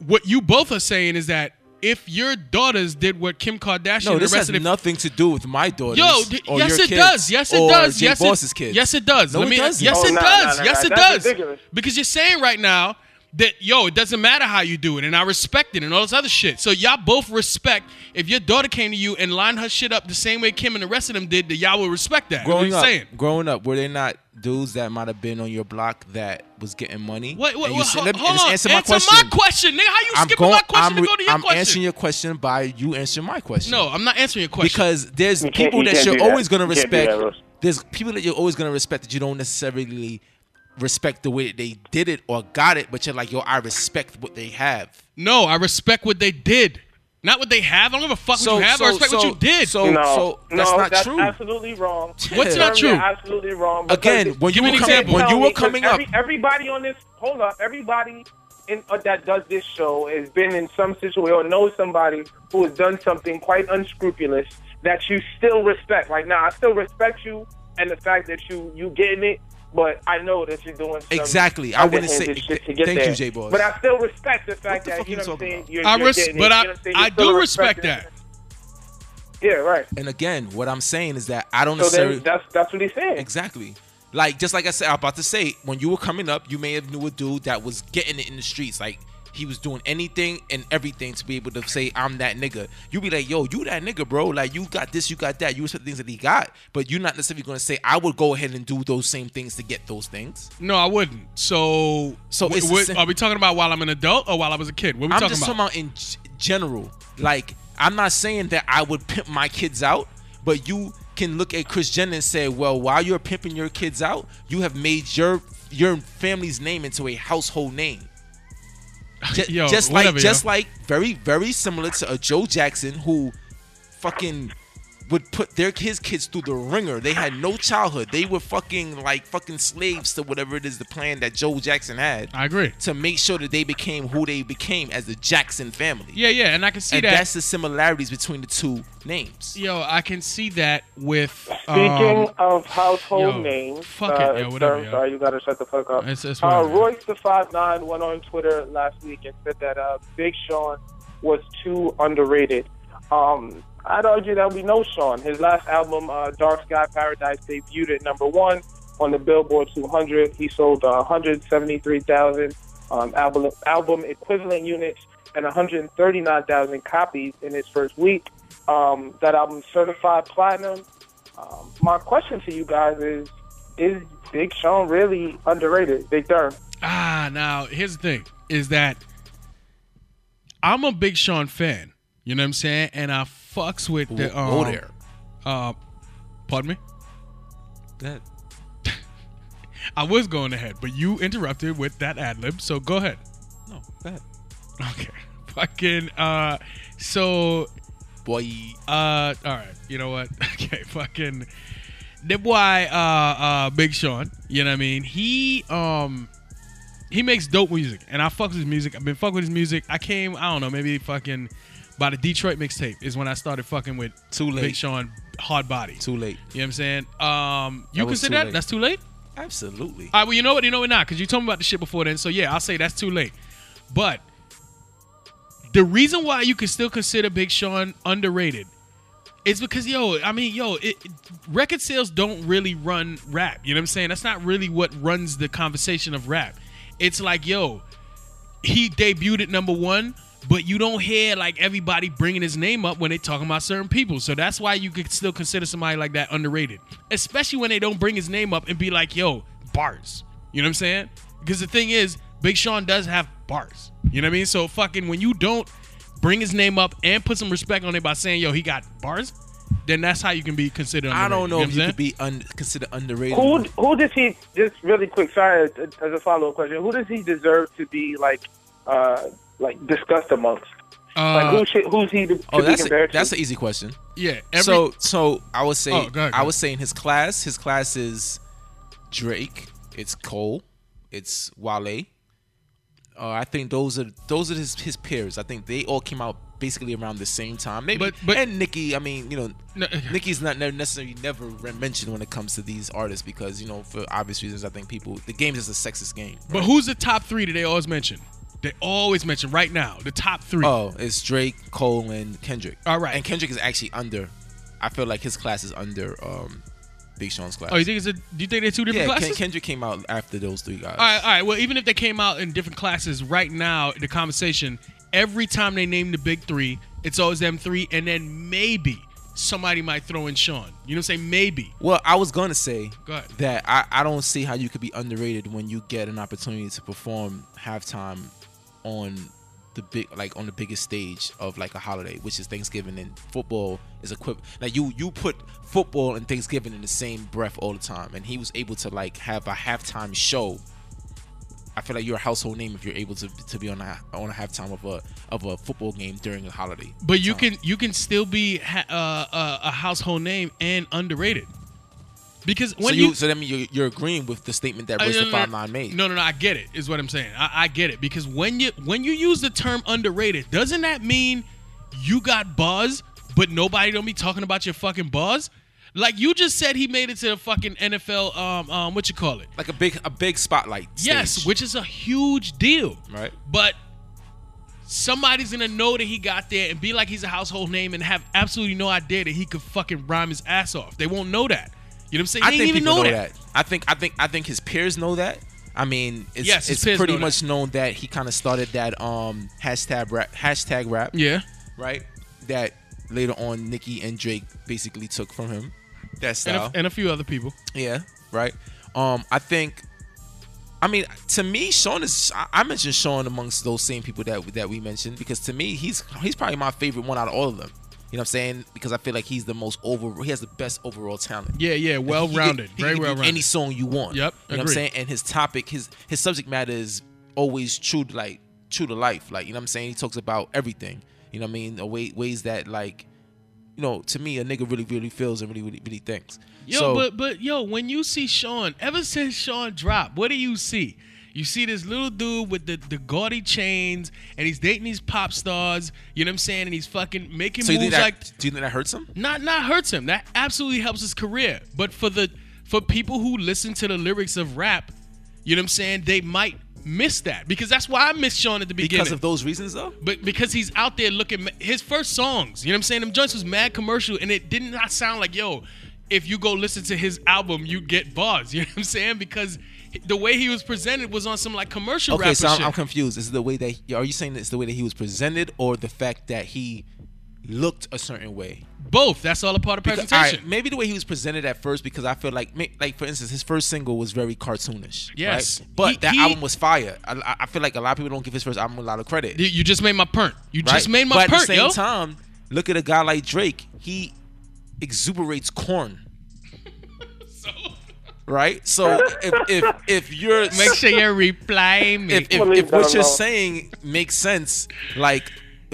S3: What you both are saying is that if your daughters did what Kim Kardashian
S4: No,
S3: and the rest
S4: this has
S3: of the
S4: nothing to do with my daughters.
S3: Yo, d-
S4: or
S3: yes,
S4: your
S3: it
S4: kids,
S3: does. Yes, it
S4: or
S3: does.
S4: Jay
S3: Yes,
S4: Boss's
S3: it,
S4: kids.
S3: yes, it does.
S4: No,
S3: Let
S4: it
S3: me-
S4: doesn't.
S3: Yes,
S5: Oh,
S3: it
S5: nah,
S3: does.
S5: nah, nah,
S3: yes,
S5: nah.
S3: it
S5: That's
S3: does.
S5: ridiculous.
S3: Because you're saying right now that yo, it doesn't matter how you do it, and I respect it, and all this other shit. So y'all both respect. If your daughter came to you and lined her shit up the same way Kim and the rest of them did, that y'all would respect that.
S4: growing
S3: you
S4: up,
S3: saying.
S4: growing up, were there not dudes that might have been on your block that was getting money?
S3: What? What?
S4: And you
S3: what
S4: said-
S3: hold
S4: let me-
S3: hold
S4: just
S3: on.
S4: Answer my question.
S3: question, nigga. How you
S4: I'm
S3: skipping
S4: going.
S3: my question
S4: I'm,
S3: to go to your
S4: I'm
S3: question?
S4: answering your question by you answering my question.
S3: no, I'm not answering your question.
S4: because there's
S5: You can't-
S4: people
S5: you
S4: that
S5: can't
S4: you're
S5: do that.
S4: always gonna
S5: You can't do that,
S4: respect.
S5: Russ.
S4: there's people that you're always gonna respect that you don't necessarily respect the way that they did it or got it, but you're like, yo, I respect what they have.
S3: no, I respect what they did, not what they have. I don't give a fuck what you have. I respect what you did.
S4: So,
S5: no,
S4: Oh, so that's
S5: no,
S4: not
S5: that's
S4: true.
S5: absolutely wrong. <laughs>
S3: What's not
S5: You're
S3: true?
S5: Absolutely wrong. because
S4: Again,
S5: it-
S4: when
S3: Give
S4: you
S3: me
S4: were
S3: an
S4: coming,
S3: example.
S4: when
S5: tell
S4: you
S5: me,
S4: were
S5: 'cause
S4: coming up,
S5: every, Everybody on this, hold up, everybody in, uh, that does this show has been in some situation or knows somebody who has done something quite unscrupulous that you still respect. Like, now, I still respect you and the fact that you you getting it, but I know that you're doing some
S4: Exactly. I wouldn't
S5: underhanded
S4: say-
S5: shit to get
S4: thank you,
S5: there.
S4: J-Boss.
S5: But I still respect the fact
S4: the
S5: that
S4: fuck
S5: you
S4: you
S5: know what I'm
S4: talking
S5: saying.
S4: about?
S5: You're,
S3: I
S5: you're
S3: res-
S5: getting it,
S3: but
S5: you
S3: I-
S5: know what I'm saying?
S3: I
S5: You're still
S3: do respect
S5: respecting
S3: that.
S5: it. Yeah, right.
S4: and again, what I'm saying is that I don't
S5: So
S4: necessarily
S5: then that's that's what he's saying.
S4: exactly. Like just like I said, I was about to say, when you were coming up, you may have knew a dude that was getting it in the streets. Like he was doing anything and everything to be able to say, I'm that nigga. You be like, yo, you that nigga, bro. Like you got this, you got that. You said things that he got, but you're not necessarily gonna say, I would go ahead and do those same things to get those things.
S3: No, I wouldn't. So,
S4: So
S3: wh-
S4: it's the
S3: what-
S4: same-
S3: are we talking about while I'm an adult or while I was a kid? What are we
S4: I'm
S3: talking
S4: just
S3: about?
S4: talking about in g- general. Like, I'm not saying that I would pimp my kids out, but you can look at Chris Jenner and say, well, while you're pimping your kids out, you have made your your family's name into a household name.
S3: <laughs>
S4: Ju-
S3: Yo,
S4: just
S3: whatever,
S4: like, just
S3: yo.
S4: like, very, very similar to a Joe Jackson who fucking would put their his kids through the ringer. They had no childhood. They were fucking like fucking slaves to whatever it is the plan that Joe Jackson had
S3: I agree.
S4: to make sure that they became who they became as the Jackson family.
S3: Yeah, yeah, and I can see
S4: and
S3: that.
S4: that's the similarities between the two names.
S3: yo, I can see that with.
S5: Speaking
S3: Um,
S5: of household
S3: yo,
S5: names,
S3: fuck
S5: uh,
S3: it, yo, whatever,
S5: sir,
S3: yo.
S5: sorry, you gotta shut the fuck up.
S3: It's- it's
S5: uh,
S3: whatever, yo.
S5: Royce the five nine went on Twitter last week and said that uh, Big Sean was too underrated. Um, I'd argue that we know Sean. His last album, uh, Dark Sky Paradise, debuted at number one on the Billboard 200. He sold uh, 173,000 um, album album equivalent units and 139,000 copies in his first week. Um, that album certified platinum. Um, my question to you guys is: Is Big Sean really underrated? Big Durr.
S3: ah, now here's the thing: is that I'm a Big Sean fan. You know what I'm saying? And I fucks with the. Um,
S4: Whoa there.
S3: Uh, pardon me. I was going ahead, but you interrupted with that ad lib. So go ahead.
S4: No, that
S3: Okay. Fucking. Uh. So
S4: boy.
S3: Uh, all right. You know what? <laughs> Okay, fucking. That boy, uh, uh, Big Sean. You know what I mean? He, um, he makes dope music, and I fuck with his music. I've been fucking with his music. I came, I don't know, maybe fucking by the Detroit mixtape is when I started fucking with
S4: Too late.
S3: Big Sean Hard Body.
S4: Too late.
S3: You know what I'm saying? Um, you
S4: That was
S3: consider
S4: too
S3: that?
S4: late.
S3: That's too late.
S4: Absolutely.
S3: All right, well, you know what? You know what? Not because you told me about the shit before then. So yeah, I'll say that's too late. But the reason why you can still consider Big Sean underrated is because yo, I mean, yo, it, it- record sales don't really run rap. You know what I'm saying? That's not really what runs the conversation of rap. It's like yo, he debuted at number one. But you don't hear like everybody bringing his name up when they talking about certain people, so that's why you could still consider somebody like that underrated, especially when they don't bring his name up and be like, "Yo, bars." You know what I'm saying? Because the thing is, Big Sean does have bars. You know what I mean? So fucking when you don't bring his name up and put some respect on it by saying, "Yo, he got bars," then that's how you can be considered.
S4: I don't
S3: underrated.
S4: know if
S3: You
S4: you
S3: what I'm
S4: could be un- considered underrated.
S5: Who who does he? Just really quick, sorry, as as a follow up question, who does he deserve to be like uh like discussed amongst?
S3: saying?
S5: Like
S3: Uh,
S5: who should, who's he to, to
S4: Oh,
S5: be
S4: that's a,
S5: compared
S4: that's
S5: to?
S4: an easy question.
S3: yeah. Every,
S4: so so I would say
S3: Oh, go ahead, go
S4: I
S3: ahead.
S4: would say in his class, his class is Drake, it's Cole, it's Wale. Uh, I think those are those are his, his peers. I think they all came out basically around the same time. Maybe
S3: But- but-
S4: and Nicki, I mean, you know,
S3: No,
S4: Nicki's not ne- necessarily never re- mentioned when it comes to these artists because you know for obvious reasons. I think people the game is a sexist game.
S3: but who's the top three that they always mention? They always mention right now the top three.
S4: Oh, it's Drake, Cole, and Kendrick.
S3: All right.
S4: and Kendrick is actually under. I feel like his class is under um, Big Sean's class.
S3: Oh, you think it's a? Do you think they're two different
S4: Yeah, Ken-
S3: classes?
S4: Kendrick came out after those three guys.
S3: All right, all right. Well, even if they came out in different classes right now, the conversation every time they name the big three, it's always them three, and then maybe somebody might throw in Sean. You know what I'm saying? Maybe.
S4: Well, I was gonna say
S3: Go ahead.
S4: that I, I don't see how you could be underrated when you get an opportunity to perform halftime on the big like on the biggest stage of like a holiday, which is Thanksgiving and football is equivalent. Like you you put football and Thanksgiving in the same breath all the time, and he was able to like have a halftime show. I feel like you're a household name if you're able to, to be on a on a halftime of a of a football game during a holiday.
S3: But you
S4: time.
S3: can you can still be ha- uh, uh, a household name and underrated because when
S4: so
S3: you,
S4: you, so that means you're, you're agreeing with the statement that
S3: I-
S4: Royce
S3: no,
S4: the
S3: no, no.
S4: Five Nine made.
S3: No, no, no. I get it. Is what I'm saying. I, I get it because when you when you use the term underrated, doesn't that mean you got buzz, but nobody don't be talking about your fucking buzz? Like you just said, he made it to the fucking NFL. Um, um, what you call it?
S4: like a big a big spotlight.
S3: Yes,
S4: stage.
S3: which is a huge deal.
S4: Right.
S3: But somebody's gonna know that he got there and be like he's a household name and have absolutely no idea that he could fucking rhyme his ass off. They won't know that. You know what I'm saying?
S4: I
S3: They
S4: think
S3: didn't even
S4: people
S3: know
S4: know
S3: that.
S4: that. I think I think I think his peers know that. I mean, it's,
S3: Yes, his
S4: it's
S3: peers
S4: pretty
S3: know that.
S4: much known that he kind of started that um hashtag rap, hashtag rap,
S3: Yeah.
S4: right? That later on, Nicki and Drake basically took from him. That
S3: And
S4: style,
S3: a, and a few other people.
S4: yeah, right. Um, I think, I mean, to me, Sean is. I, I mentioned Sean amongst those same people that that we mentioned because to me, he's he's probably my favorite one out of all of them. You know what I'm saying? Because I feel like he's the most over. He has the best overall talent.
S3: Yeah, yeah. Well rounded.
S4: He could- he
S3: Very
S4: could do
S3: well rounded.
S4: Any song you
S3: Yep,
S4: want. You know what I'm
S3: agreed.
S4: saying? And his topic, his his subject matter is always true to like true to life. Like, you know what I'm saying? He talks about everything. You know what I mean? A way, ways that like, you know, to me a nigga really, really feels and really, really, really thinks.
S3: Yo,
S4: So-
S3: but but yo, when you see Sean, ever since Sean dropped, what do you see? You see this little dude with the, the gaudy chains, and he's dating these pop stars. You know what I'm saying? And he's fucking making
S4: so you think
S3: moves
S4: that
S3: like
S4: do you think that hurts him?
S3: not not hurts him. That absolutely helps his career. But for the for people who listen to the lyrics of rap, you know what I'm saying? They might miss that because that's why I missed Sean at the beginning.
S4: Because of those reasons though?
S3: But because he's out there looking his first songs, you know what I'm saying? Them joints was mad commercial and it did not sound like, yo, if you go listen to his album, you get bars. <laughs> You know what I'm saying? Because the way he was presented was on some like commercial
S4: Okay,
S3: rapper
S4: so I'm,
S3: shit.
S4: I'm confused. Is it the way that are you saying it's the way that he was presented or the fact that he looked a certain way?
S3: Both. That's all a part of
S4: Because- all right,
S3: presentation.
S4: maybe the way he was presented at first, because I feel like, ma- like for instance, his first single was very cartoonish.
S3: Yes.
S4: right? but
S3: He-
S4: that
S3: he-
S4: album was fire. I- I, I feel like a lot of people don't give his first album a lot of credit.
S3: You- you just made my perk. You
S4: right?
S3: just made my
S4: But
S3: perk,
S4: at the same
S3: yo.
S4: time, look at a guy like Drake. He exuberates corn. Right, so if if if you're
S3: <laughs> Make sure you
S4: <laughs>
S3: reply me.
S4: if, if,
S5: Leave
S4: if
S5: that
S4: what you're
S5: alone.
S4: saying makes sense, like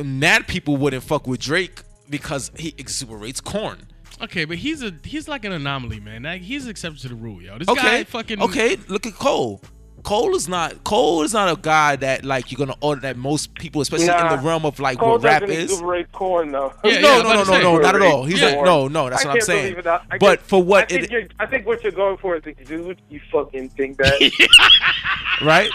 S4: mad people wouldn't fuck with Drake because he exuberates corn.
S3: okay, but he's a he's like an anomaly, man. Like, he's an exception to the rule, yo. This
S4: Okay.
S3: guy fucking
S4: Okay, look at Cole. Cole is not Cole is not a guy that like you're gonna order that most people, especially in
S5: Nah.
S4: the realm of like
S5: Cole
S4: what rap
S5: doesn't
S4: is.
S5: exuberate corn though.
S3: Yeah, yeah, I
S4: no, no, no,
S3: was
S4: no,
S3: about
S4: no,
S3: to
S4: not at
S5: say.
S4: all. He's
S3: Yeah.
S4: like, no, no, that's
S5: I
S4: what I'm
S5: can't
S4: saying.
S5: believe it. I- I
S4: but
S5: can't-
S4: for what
S5: I
S4: it-
S5: think, you're, I think what you're going for is like, dude, you fucking think that.
S4: right?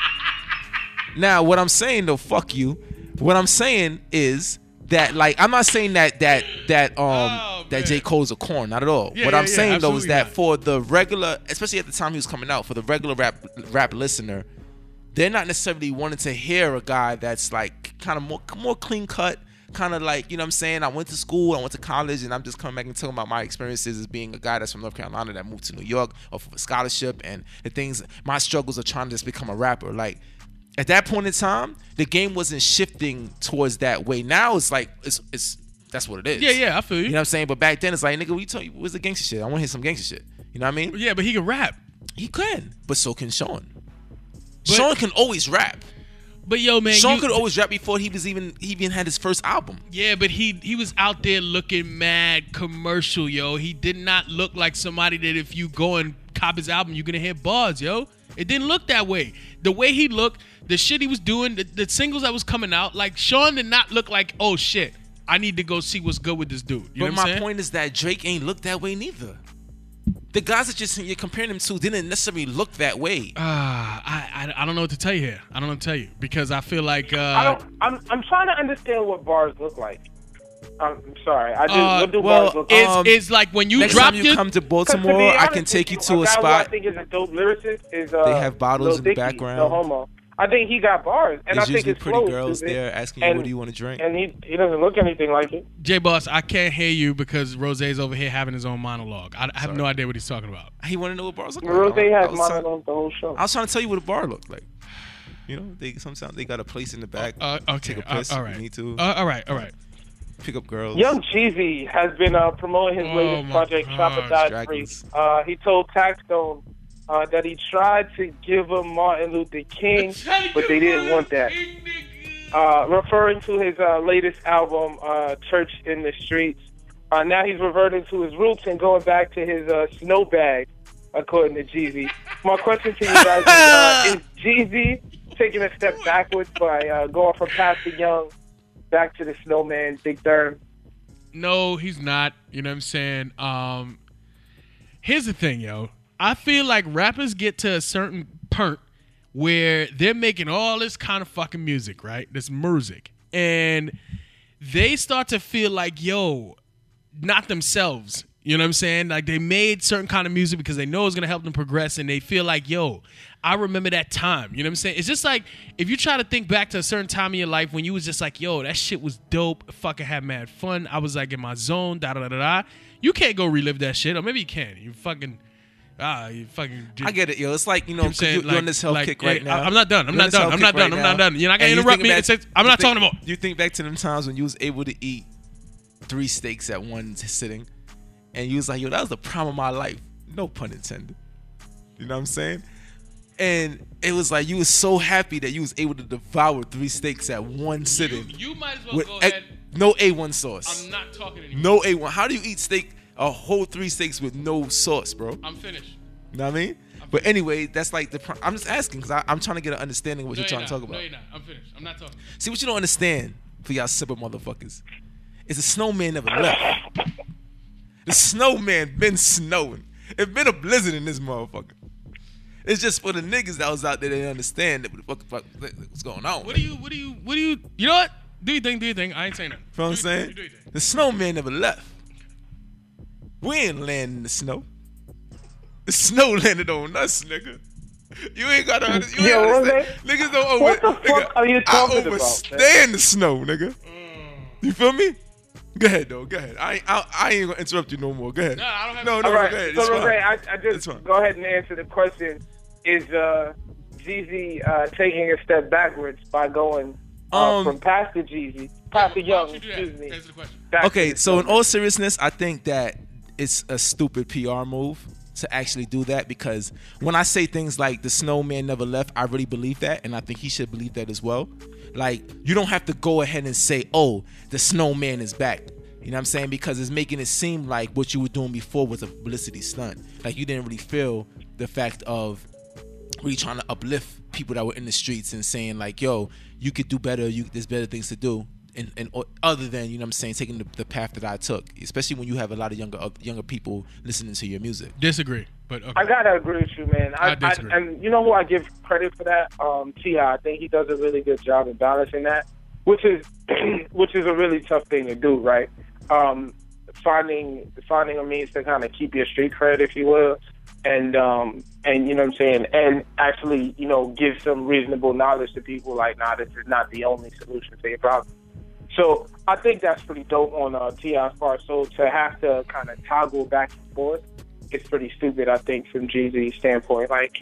S4: Now, what I'm saying though, fuck you. What I'm saying is that like I'm not saying that that that um
S3: Oh,
S4: that
S3: man.
S4: J Cole's a corn, not at all.
S3: Yeah,
S4: what
S3: yeah,
S4: I'm
S3: yeah,
S4: saying though is
S3: absolutely
S4: that
S3: not.
S4: for the regular, especially at the time he was coming out, for the regular rap rap listener, they're not necessarily wanting to hear a guy that's like kind of more more clean cut. Kind of like you know what I'm saying. I went to school, I went to college, and I'm just coming back and talking about my experiences as being a guy that's from North Carolina that moved to New York off of a scholarship and the things my struggles of trying to just become a rapper. Like at that point in time, the game wasn't shifting towards that way. Now it's like it's it's that's what it is.
S3: Yeah, yeah, I feel you.
S4: You know what I'm saying? But back then it's like nigga, we tell you what's the gangster shit. I want to hear some gangster shit. You know what I mean?
S3: yeah, but he can rap.
S4: He can, but so can Sean. Sean can always rap.
S3: But yo, man,
S4: Sean
S3: you-
S4: could always rap before he was even he even had his first album.
S3: Yeah, but he he was out there looking mad commercial, yo. He did not look like somebody that if you go and cop his album, you're gonna hear bars, yo. It didn't look that way. The way he looked, the shit he was doing, the, the singles that was coming out, like Sean did not look like, oh shit, I need to go see what's good with this dude. You know
S4: But
S3: what
S4: my
S3: I'm saying?
S4: point is that Drake ain't looked that way neither. The guys that you're, you're comparing him to didn't necessarily look that way.
S3: Ah, I, I I don't know what to tell you here. I don't know what to tell you because I feel like uh,
S5: I don't. I'm I'm trying to understand what bars look like. I'm I'm sorry. I do.
S3: uh,
S5: what do
S4: well,
S5: bars look like?
S3: it's,
S4: um,
S3: it's like when you
S4: Next
S3: drop
S4: time you
S3: your
S4: come to
S5: 'Cause to be
S4: Baltimore, I
S5: honest
S4: can
S5: with
S4: take you to a
S5: guy who I
S4: spot.
S5: think is a dope lyricist. Is, uh,
S4: They have bottles
S5: Lil
S4: in the
S5: Dicky,
S4: background.
S5: No homo. I think he got bars,
S4: There's
S5: and I think
S4: usually
S5: it's
S4: pretty
S5: flows,
S4: girls
S5: stupid.
S4: there asking you,
S5: And-
S4: "What do you wanna drink?"
S5: And he he doesn't look anything like it.
S3: J Boss, I can't hear you because Rose's over here having his own monologue. I, I have no idea what he's talking about.
S4: He wanted to know what bars look like.
S5: Rose
S4: I,
S5: has
S4: was trying,
S5: monologue the whole show.
S4: I was trying to tell you what a bar looked like. You know, they sometimes they got a place in the back.
S3: Uh, okay.
S4: Take a
S3: uh,
S4: piss.
S3: all
S4: if
S3: right.
S4: you Need to
S3: Uh, all right. All right.
S4: pick up girls.
S5: Young Jeezy has been uh, promoting his
S3: Oh
S5: latest
S3: my
S5: project, Chopper
S3: gosh,
S5: Die Free.
S4: Dragons.
S5: Uh, he told Taxstone uh, that he tried to give him Martin Luther
S3: <laughs>
S5: King, but they didn't want that. Uh, referring to his uh, latest album, uh, Church in the Streets. Uh, now he's reverting to his roots and going back to his uh, snowbag, according to Jeezy. My question to you guys
S3: <laughs>
S5: is, uh, is Jeezy taking a step backwards by uh, going from Pastor Young back to the snowman, Big Durham?
S3: No, he's not. You know what I'm saying? Um, here's the thing, yo. I feel like rappers get to a certain point where they're making all this kind of fucking music, right? This music. And they start to feel like, yo, not themselves You know what I'm saying? Like they made certain kind of music because they know it's gonna help them progress, and they feel like, yo, I remember that time. You know what I'm saying? It's just like if you try to think back to a certain time in your life when you was just like, yo, that shit was dope. Fucking had mad fun. I was like in my zone. Da da da da. da. You can't go relive that shit, or maybe you can. You fucking. Ah, you fucking.
S4: I get it, yo. It's like you
S3: You know
S4: know,
S3: what I'm
S4: 'cause
S3: saying?
S4: you, are on this health
S3: Like-
S4: kick
S3: like,
S4: right
S3: yeah,
S4: now.
S3: I- I'm not done. I'm
S4: You're on
S3: not
S4: this
S3: done.
S4: health
S3: I'm
S4: kick
S3: not done. I'm
S4: now.
S3: not done. You're not gonna
S4: And you
S3: interrupt
S4: think
S3: me.
S4: back-
S3: It's- it's- I'm
S4: you
S3: not
S4: think-
S3: talking about-
S4: You think back to them times when you was able to eat three steaks at one sitting, and you was like, yo, that was the prime of my life. No pun intended. You know what I'm saying? And it was like you was so happy that you was able to devour three steaks at one sitting
S3: You might as well
S4: with
S3: go
S4: ec-
S3: ahead.
S4: no A1 sauce.
S3: I'm not talking anymore.
S4: no A1. How do you eat steak a whole three steaks with no sauce, bro?
S3: I'm finished.
S4: You know what I mean? But anyway, that's like the. Pr- I'm just asking because I'm trying to get an understanding of what
S3: No,
S4: you're
S3: you're not.
S4: trying to talk about.
S3: No, you're not. I'm finished. I'm not talking.
S4: See what you don't understand for y'all simple motherfuckers is the snowman never left. The snowman been snowing. It been a blizzard in this motherfucker. It's just for the niggas that was out there that didn't understand that what the fuck, fuck what's going on.
S3: What do you? What do you? What do you? You know what? Do you think? Do you think? I ain't saying nothing.
S4: Feel what I'm
S3: Do your thing,
S4: saying?
S3: Mm-hmm. do your thing.
S4: The snowman never left. We ain't landing in the snow. The snow <laughs> landed on us, nigga. You ain't gotta under- you ain't
S5: Yo, what
S4: understand. Niggas don't over,
S5: What the
S4: nigga,
S5: fuck are you talking
S4: I
S5: about, man?
S4: overstand the snow, nigga.
S3: Mm.
S4: You feel me? Go ahead though. Go ahead. I ain't, I, I ain't gonna interrupt you no more. Go ahead.
S3: No, I don't have-
S4: no, no,
S3: All
S5: All
S4: go
S5: right.
S4: ahead.
S5: So,
S4: It's fine.
S5: Ray, I, I
S4: It's
S5: just
S4: fine.
S5: go ahead and answer the question: Is uh, Jeezy uh, taking a step backwards by going uh,
S4: Um,
S5: from Pastor
S3: Why
S5: Jeezy, Pastor
S3: don't
S5: Young,
S3: you do that?
S5: excuse me?
S3: Answer the question.
S5: back to
S4: Okay,
S5: the
S4: so in
S5: summer?
S4: all seriousness, I think that it's a stupid PR move to actually do that because when I say things like the snowman never left, I really believe that, and I think he should believe that as well. Like, you don't have to go ahead and say, oh, the snowman is back. You know what I'm saying? Because it's making it seem like what you were doing before was a publicity stunt. Like, you didn't really feel the fact of really trying to uplift people that were in the streets and saying like, "Yo, you could do better. You there's better things to do." And, and o- other than you know, what I'm saying taking the, the path that I took, especially when you have a lot of younger uh, younger people listening to your music.
S3: Disagree, but okay.
S5: I gotta agree with you, man.
S3: I
S5: I, I,
S3: disagree.
S5: and you know who I give credit for that? Um, Ti. I think he does a really good job of balancing that, which is <clears throat> which is a really tough thing to do, right? Um, finding finding a means to kind of keep your street cred, if you will, and um, and you know what I'm saying, and actually you know give some reasonable knowledge to people. Like, nah, this is not the only solution to your problem. So I think that's pretty dope on uh, Ti's part. So to have to kind of toggle back and forth is pretty stupid. I think from Jeezy's standpoint, like,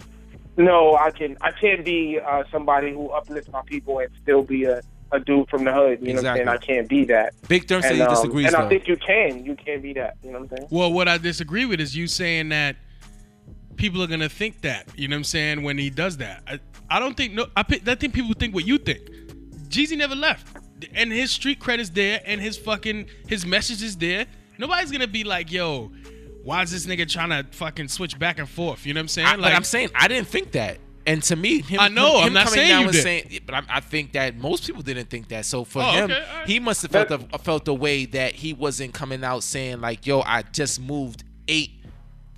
S5: no, I can I can't be uh, somebody who uplifts my people and still be a, a dude from the hood. You know what I'm saying?
S4: Exactly.
S5: I can't be that.
S4: Big Durham said
S5: And,
S4: he
S5: um,
S4: disagrees.
S5: and I
S4: though.
S5: think you can. You can be that. You know what I'm saying?
S3: Well, what I disagree with is you saying that people are gonna think that. You know what I'm saying? When he does that, I, I don't think no. I, pi- I think people think what you think. Jeezy never left, and his street cred is there, and his fucking his message is there. Nobody's gonna be like, yo, why is this nigga trying to fucking switch back and forth? You know what I'm saying?
S4: I, like I'm saying, I didn't think that. And to me, him,
S3: I know,
S4: him
S3: I'm not
S4: coming
S3: saying
S4: down
S3: you
S4: and
S3: did.
S4: saying, but I, I think that most people didn't think that. So for
S3: Oh,
S4: him,
S3: okay, all right.
S4: he must have felt the, felt the way that he wasn't coming out saying like, "Yo, I just moved eight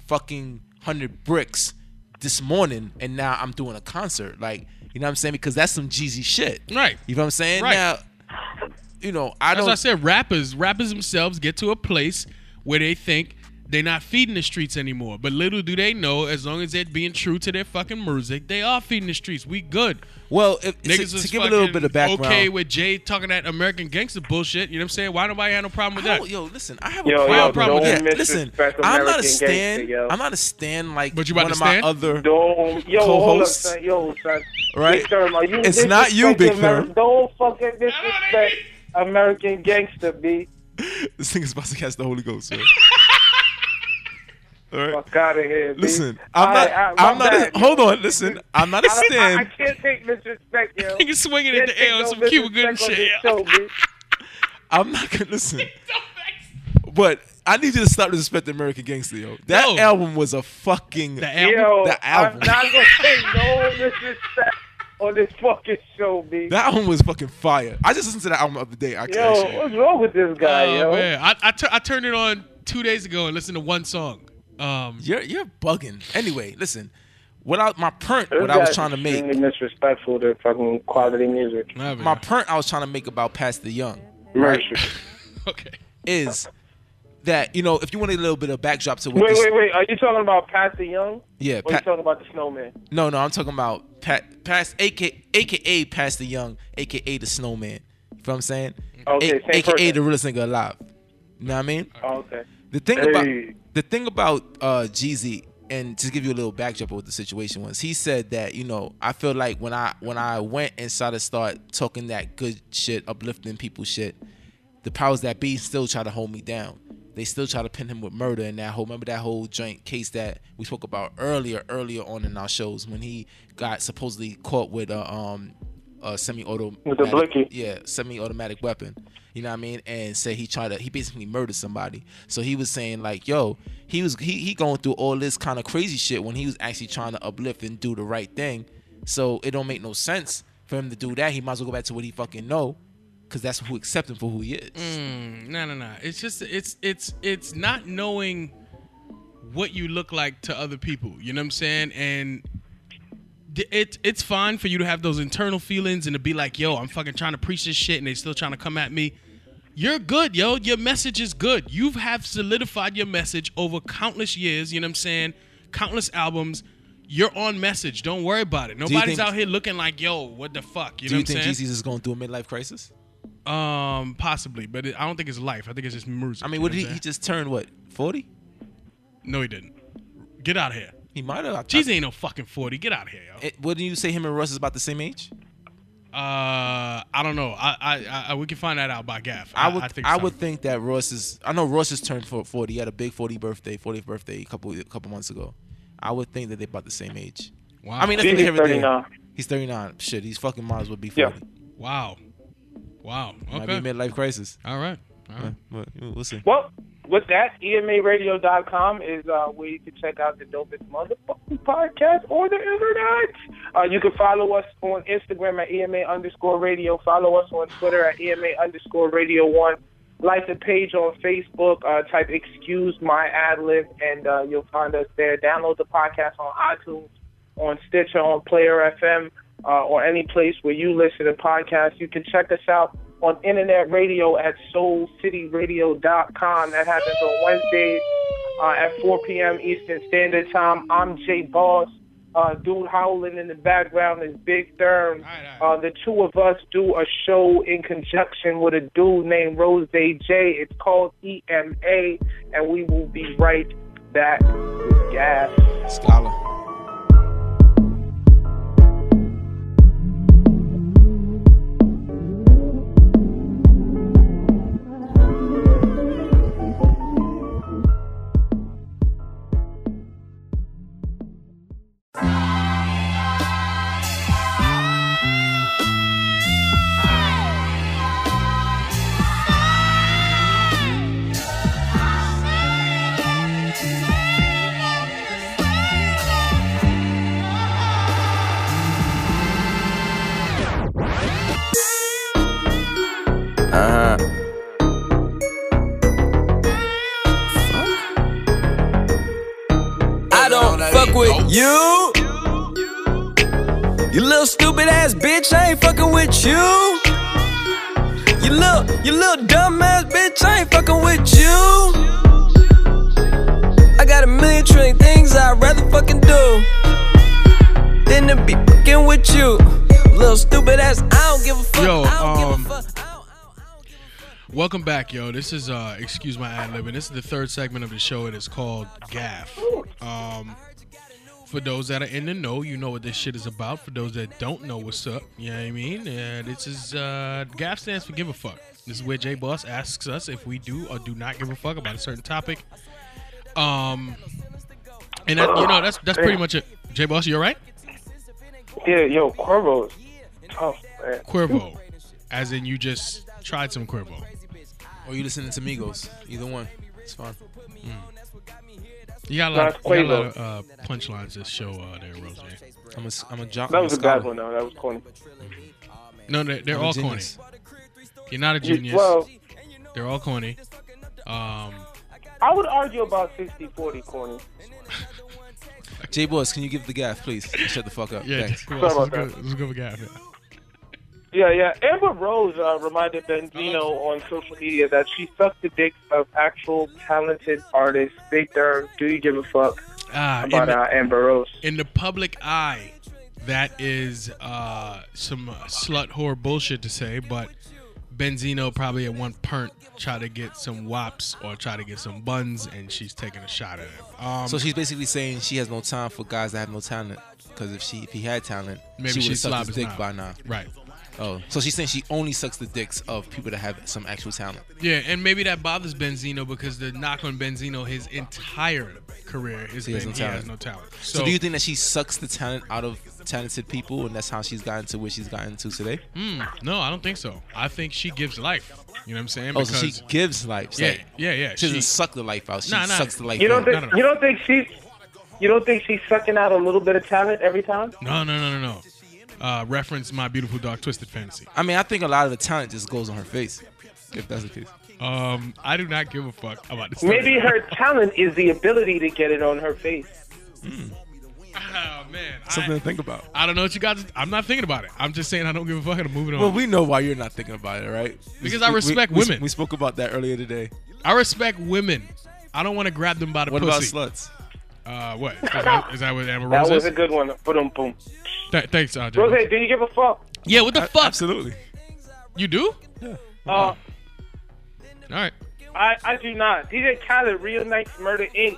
S4: fucking hundred bricks this morning, and now I'm doing a concert." Like, you know what I'm saying? Because that's some Jeezy shit,
S3: Right.
S4: You know what I'm saying?
S3: Right.
S4: Now, you know, I
S3: As
S4: don't.
S3: I said, rappers, rappers themselves get to a place where they think they're not feeding the streets anymore. But little do they know, as long as they're being true to their fucking music, they are feeding the streets. We good.
S4: well, if, to,
S3: Niggas
S4: to
S3: is
S4: give a little
S3: fucking
S4: bit of background,
S3: okay with Jay talking that American gangster bullshit. You know what I'm saying? Why nobody had no problem with
S4: I
S3: that?
S4: don't- yo, listen, I have
S5: Yo,
S4: a
S5: yo,
S4: problem. problem.
S5: don't
S4: with that.
S5: miss
S4: listen,
S5: respect
S4: I'm not a
S5: American
S4: stand.
S5: gangster, yo.
S4: I'm not a stand like
S3: But you about
S4: one
S3: to
S4: of my
S3: stand?
S4: other.
S5: Don't, yo, hold up,
S4: Co-host?
S5: son. Yo, son.
S4: Right?
S5: Big Therm, are you
S4: It's not you,
S5: disrespecting
S4: Big
S5: Ameri-
S4: Therm.
S5: Don't fucking disrespect American gangster, B.
S4: <laughs> This thing is about to catch the Holy Ghost. Yo. All right,
S5: Fuck out of here, B.
S4: listen, I'm not.
S5: I, I, my
S4: I'm not.
S5: bad,
S4: a,
S5: yo.
S4: hold on, listen, I'm not a
S5: I, I, I <laughs>
S4: stand.
S5: can't take
S4: <laughs>
S5: disrespect,
S3: <laughs>
S5: yo.
S3: Niggas swinging in
S5: Can't
S3: the air
S5: take
S3: on
S5: no
S3: some Cuban good and
S5: disrespect
S3: shit.
S5: on this show, B.
S4: I'm not gonna listen. But I need you to stop disrespecting American Gangster, yo. That
S3: No.
S4: album was a fucking.
S3: The album.
S5: Yo,
S4: <laughs> The album.
S5: I'm not gonna take no disrespect on this fucking show, B.
S4: That album was fucking fire. I just listened to that album the other day. I
S5: yo,
S4: can't.
S5: what's wrong with this
S3: <laughs>
S5: guy,
S3: Oh,
S5: yo?
S3: man. I, I, tur- I turned it on two days ago and listened to one song. Um,
S4: You're you're bugging. Anyway, listen. What I, my print,
S5: This
S4: what I was
S5: guy's
S4: trying to make,
S5: extremely disrespectful to fucking quality music.
S3: whatever. <laughs>
S4: my print I was trying to make about Pastor Young
S5: Mercy.
S3: okay.
S4: is that you know, if you want a little bit of backdrop to what
S5: Wait,
S4: this,
S5: wait, wait. Are you talking about Pastor Young?
S4: Yeah,
S5: Or are
S4: Pat-
S5: you talking about the Snowman?
S4: no, no, I'm talking about Pat, past AKA, AKA Pastor Young, AKA the Snowman. You know what I'm saying?
S5: Okay,
S4: A-
S5: same
S4: AKA
S5: person.
S4: the realest nigga alive. You know what I mean?
S5: Oh, okay.
S4: The thing
S5: Hey.
S4: about the thing about uh Jeezy, and to give you a little backdrop of what the situation was, he said that you know I feel like when I when I went and started start talking that good shit, uplifting people shit, the powers that be still try to hold me down. They still try to pin him with murder and that whole remember that whole joint case that we spoke about earlier earlier on in our shows when he got supposedly caught with a um a semi-auto
S5: With the blicky.
S4: yeah, semi-automatic weapon. You know what I mean? And say he tried to he basically murdered somebody. So he was saying like, yo, he was he he going through all this kind of crazy shit when he was actually trying to uplift and do the right thing. So it don't make no sense for him to do that. He might as well go back to what he fucking know, cause that's who accept him for who he
S3: Mm,
S4: is.
S3: No, no, no. It's just it's it's it's not knowing what you look like to other people. You know what I'm saying? And th- it it's fine for you to have those internal feelings and to be like, "Yo, I'm fucking trying to preach this shit and they still trying to come at me." You're good, yo. Your message is good. You have solidified your message over countless years, you know what I'm saying? Countless albums. You're on message. Don't worry about it. Nobody's
S4: think-
S3: out here looking like, "Yo, what the fuck?" You
S4: Do
S3: know
S4: you
S3: what I'm saying?
S4: think Jeezy's is going through a midlife crisis?
S3: Um, possibly, but it, I don't think it's life. I think it's just music.
S4: I
S3: you
S4: mean,
S3: know
S4: what did
S3: I'm
S4: he,
S3: saying?
S4: he just turned? What forty?
S3: No, he didn't. Get out of here.
S4: He might have.
S3: Jeezy ain't no fucking 40. Get out of here, yo.
S4: I- Wouldn't you say him and Russ is about the same age?
S3: Uh, I don't know. I, I, I, I we can find that out by Gaff.
S4: I would I,
S3: so.
S4: would think that Ross is I know Ross has turned for forty. He had a big forty birthday, fortieth birthday a couple a couple months ago. I would think that they're about the same age.
S3: Wow.
S4: I mean that's
S5: Jeezy's
S4: neither here nor there.
S5: 39.
S4: He's thirty nine. Shit, he's fucking might as well be
S5: Yeah.
S4: forty.
S3: wow, wow.
S4: Might be a
S3: Okay.
S4: midlife crisis.
S3: All right. All right.
S4: But we'll see.
S5: Well, with that, E EMARadio.com is uh, where you can check out the dopest motherfucking podcast on the internet. Uh, you can follow us on Instagram at EMA underscore radio. Follow us on Twitter at EMA underscore radio one. Like the page on Facebook. Uh, type excuse my ad lib and uh, you'll find us there. Download the podcast on iTunes, on Stitcher, on Player FM, uh, or any place where you listen to podcasts. You can check us out on internet radio at soulcityradio.com. That happens on Wednesdays uh, at 4 p.m. Eastern Standard Time. I'm Jay Boss. Uh, dude howling in the background is Big Therm. Uh, the two of us do a show in conjunction with a dude named Rose Day J. It's called EMA, and we will be right back with gas.
S4: Scholar.
S6: Uh-huh. I don't fuck with you. You little stupid ass bitch, I ain't fucking with you. You little, you little dumb ass bitch, I ain't fucking with you. I got a million trillion things I'd rather fucking do than to be fucking with you. Little stupid ass, I don't give a fuck.
S3: Yo,
S6: I don't
S3: um,
S6: give a fuck. I don't- I don't- I don't give a fuck.
S3: Welcome back, yo. This is uh, excuse my ad lib, and this is the third segment of the show. It is called Gaff. Um, for those that are in the know, you know what this shit is about. For those that don't know, what's up? You know what I mean? Uh, this is uh, Gaff stands for give a fuck. This is where J Boss asks us if we do or do not give a fuck about a certain topic. Um, and that, you know that's that's pretty much it. J Boss, you all right?
S5: Yeah, yo, Corvo's tough, man.
S3: Cuervo, as in you just tried some Cuervo.
S4: Or you listening to Migos. Either one. It's fine.
S3: You got a lot,
S5: That's
S3: you got a lot of uh, punchlines this show uh, there, Rose.
S4: I'm a s- I'm a jock.
S5: That was a
S4: I'm
S5: bad
S4: scholar.
S5: one, though. That was corny.
S3: No, they're, they're
S4: I'm a
S3: all corny.
S4: genius.
S3: You're not a genius.
S5: Well,
S3: They're all corny. Um,
S5: I would argue about 60 40 corny.
S4: J Boys, can you give the gaff, please? Shut the fuck up.
S3: yeah,
S4: Thanks.
S3: <laughs> well,
S5: Sorry
S3: let's,
S5: about
S3: go, let's go with Gavin.
S5: Yeah, yeah. Amber Rose uh, reminded Benzino
S3: Oh.
S5: on social media that she sucked the dicks of actual talented artists. Big Durham, do you give a fuck
S3: Ah, in
S5: about
S3: the,
S5: uh, Amber Rose?
S3: in the public eye, that is uh, some uh, slut whore bullshit to say, but Benzino probably at one point tried to get some wops or try to get some buns, and she's taking a shot at him. Um,
S4: So she's basically saying she has no time for guys that have no talent. Because if she if he had talent,
S3: maybe
S4: she would have
S3: she's
S4: sucked his dick
S3: now.
S4: by now.
S3: Right.
S4: Oh, so she's saying she only sucks the dicks of people that have some actual talent.
S3: Yeah, and maybe that bothers Benzino because the knock on Benzino his entire career is
S4: He has
S3: been
S4: no
S3: he has
S4: talent.
S3: no talent.
S4: So, do you think that she sucks the talent out of talented people, and that's how she's gotten to where she's gotten to today?
S3: Mm, no, I don't think so. I think she gives life. You know what I'm saying?
S4: Oh, so she gives life. It's
S3: yeah,
S4: like,
S3: yeah, yeah.
S4: She doesn't
S3: She,
S4: suck the life out. She
S3: Nah, nah.
S4: sucks the life.
S5: You don't
S4: in.
S5: think
S3: no, no.
S5: you don't think she's you don't think she's sucking out a little bit of talent every time?
S3: no, no, no, no, no. Uh, reference my beautiful dark twisted fantasy.
S4: I mean, I think a lot of the talent just goes on her face, if that's the case.
S3: Um, I do not give a fuck about this. <laughs>
S5: Maybe her talent is the ability to get it on her face.
S3: Oh man,
S7: Something
S3: I,
S7: to think about.
S3: I don't know what you got. To, I'm not thinking about it. I'm just saying I don't give a fuck. I'm moving on.
S4: Well, we know why you're not thinking about it, right?
S3: Because I respect
S7: we, we-
S3: women.
S7: We spoke about that earlier today.
S3: I respect women. I don't want to grab them by the
S7: What
S3: pussy.
S7: about sluts?
S3: Uh,
S5: <laughs>
S3: what is that, is that what Amber
S5: That
S3: Rose
S5: was a
S3: is?
S5: good one. Boom, boom.
S3: Th- thanks, uh, Jay.
S5: Rose, do you give a fuck?
S3: Yeah, what the fuck?
S7: Absolutely.
S3: You do?
S5: Uh,
S3: All right.
S5: I, I do not. DJ Khaled reunites Murder Inc.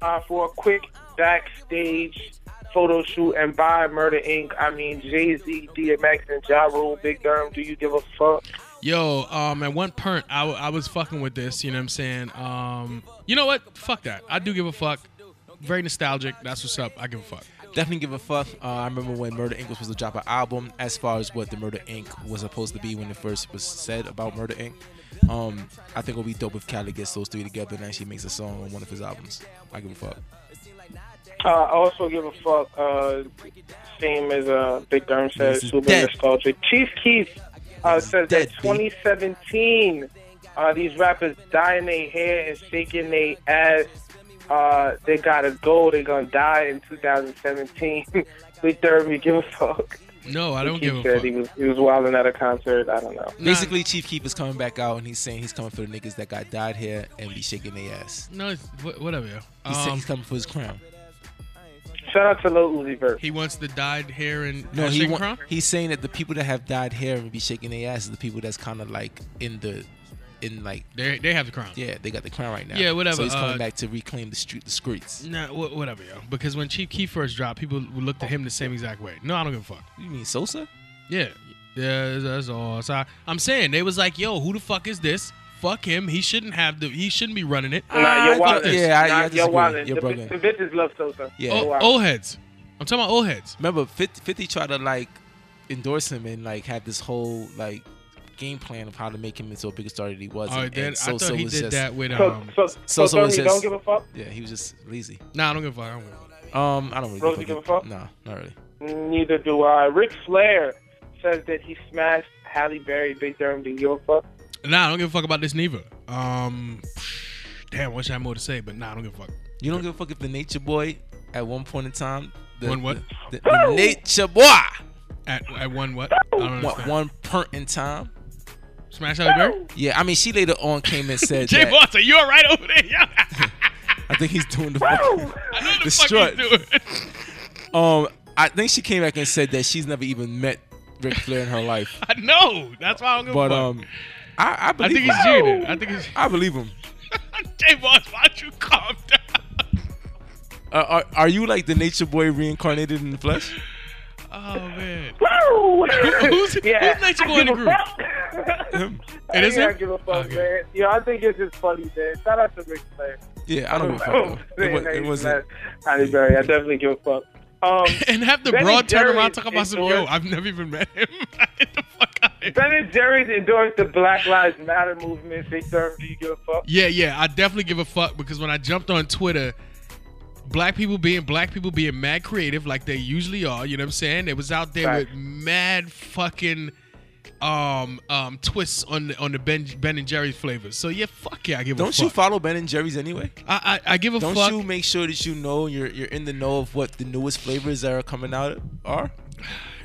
S5: Uh, for a quick backstage photo shoot, and by Murder Inc. I mean Jay Z, DMX, and Ja Rule, Big Durham. Do you give a fuck?
S3: Yo, um, at one point I, w- I was fucking with this, you know what I'm saying? Um, you know what? Fuck that. I do give a fuck. Very nostalgic. That's what's up. I give a fuck.
S4: Definitely give a fuck. Uh, I remember when Murder Inc. was supposed to drop an album as far as what the Murder Inc. was supposed to be when it first was said about Murder Inc. Um, I think it'll be dope if Khaled gets those three together and actually makes a song on one of his albums. I give a fuck.
S5: Uh, I also give a fuck. Uh, same as uh, Big Durham says,
S4: This is
S5: super
S4: dead.
S5: nostalgic. Chief Keef uh, says
S4: dead,
S5: that
S4: B.
S5: 2017, uh, these rappers dyeing their hair and shaking their ass. Uh, they gotta go. They gonna die in 2017. <laughs> Big Durham, you give a fuck.
S3: No, I don't
S5: Keith
S3: give a
S5: said
S3: fuck.
S5: he was he was wilding at a concert. I don't know.
S4: Basically, Chief Keef is coming back out and he's saying he's coming for the niggas that got dyed hair and be shaking their ass.
S3: No, it's, wh- whatever. yo.
S4: He said
S3: Um,
S4: he's coming for his crown.
S5: Shout out to Lil Uzi Vert.
S3: he wants the dyed hair and
S4: No,
S3: and
S4: he
S3: shake
S4: want-
S3: crown?
S4: he's saying that the people that have dyed hair and be shaking their ass is the people that's kind of like in the, in like
S3: They they have the crown.
S4: yeah, they got the crown right now.
S3: Yeah, whatever,
S4: So he's coming
S3: uh,
S4: back to reclaim the street, the streets.
S3: Nah, wh- whatever, yo. Because when Chief Key first dropped, people would look to him the same exact way. No, I don't give a fuck.
S4: You mean Sosa?
S3: Yeah, yeah, that's- that's all. So I, I'm saying they was like, "Yo, who the fuck is this? Fuck him. He shouldn't have the. He shouldn't be running it."
S5: nah, you're
S4: Ah, I
S5: wilding.
S4: think- yeah, I-
S5: nah,
S4: I
S5: you're
S4: disagree.
S5: wilding.
S4: You're
S5: The, bi-
S4: bugging.
S5: the bitches love Sosa.
S4: Yeah.
S5: You're
S3: Oh,
S5: wildin'.
S3: old heads. I'm talking about old heads.
S4: Remember, 50, 50 tried to like endorse him and like had this whole like game plan of how to make him into a bigger star that he was.
S3: Oh,
S4: and,
S3: I did.
S4: and
S3: I thought he
S4: was
S3: did
S4: just,
S3: that with
S5: So,
S3: um.
S5: so, so,
S4: Sosa was
S5: Tony,
S4: just-
S5: don't give a fuck.
S4: Yeah, he was just lazy.
S3: Nah, I don't give a fuck. I don't give a fuck.
S4: Um, I don't really.
S5: Rosie give a fuck?
S4: No, not really.
S5: Neither do I. Ric Flair says that he smashed Halle Berry, Big Durham, do you give a fuck?
S3: Nah, I don't give a fuck about this neither. Um, damn, wish I had more to say, but nah, I don't give a fuck.
S4: You don't give a fuck if the Nature Boy at one point in time. The,
S3: One what?
S4: The, the- the Nature Boy.
S3: At, at one what? I don't
S4: One,
S3: understand.
S4: one point in time.
S3: Smash Halle Berry?
S4: Yeah, I mean, she later on came and
S3: <laughs>
S4: said
S3: Jay
S4: that.
S3: Boss, are you all right over there? <laughs> Yeah.
S4: I think he's doing the. fucking-
S3: I know the
S4: The
S3: fuck
S4: strut.
S3: he's doing. <laughs>
S4: Um, I think she came back and said that she's never even met Ric Flair in
S3: <laughs>
S4: her life.
S3: I know. That's why I don't give
S4: But
S3: a fuck.
S4: um, I, I
S3: I
S4: believe.
S3: think he's
S4: him.
S3: cheating. I think he's.
S4: I believe him.
S3: Jay Boss, why don't you calm down?
S4: Uh, are, are you like the Nature Boy reincarnated in the flesh?
S3: Oh
S4: <laughs>
S3: man.
S5: who's,
S3: who's- who's Nature Boy in the group? It is
S5: yeah, I
S3: him?
S5: give a fuck,
S3: Okay.
S5: man. Yeah, I think it's just funny, man. Shout out to Ric
S3: <laughs>
S5: Flair.
S4: Yeah, I don't give a fuck.
S5: <laughs>
S4: though. It, was, it wasn't.
S5: Halle Berry. I definitely give a fuck.
S3: <laughs>
S5: Um,
S3: And have the
S5: Benny
S3: broad turn around
S5: Jerry's
S3: talk about some yo.
S5: endorsed-
S3: I've never even met him. <laughs> Get the fuck out of here.
S5: ben and Jerry's endorsed the Black Lives Matter movement. Big Durham, do you give a fuck?
S3: Yeah, yeah, I definitely give a fuck because when I jumped on Twitter, black people being black people being mad creative like they usually are, you know what I'm saying? They was out there
S5: Facts.
S3: with mad fucking um um twists on the on the Ben Ben and Jerry's flavors. So yeah, fuck yeah, I give a
S4: Don't
S3: fuck.
S4: you follow Ben and Jerry's anyway?
S3: I, I I give a
S4: Don't
S3: fuck.
S4: you make sure that you know you're you're in the know of what the newest flavors that are coming out are?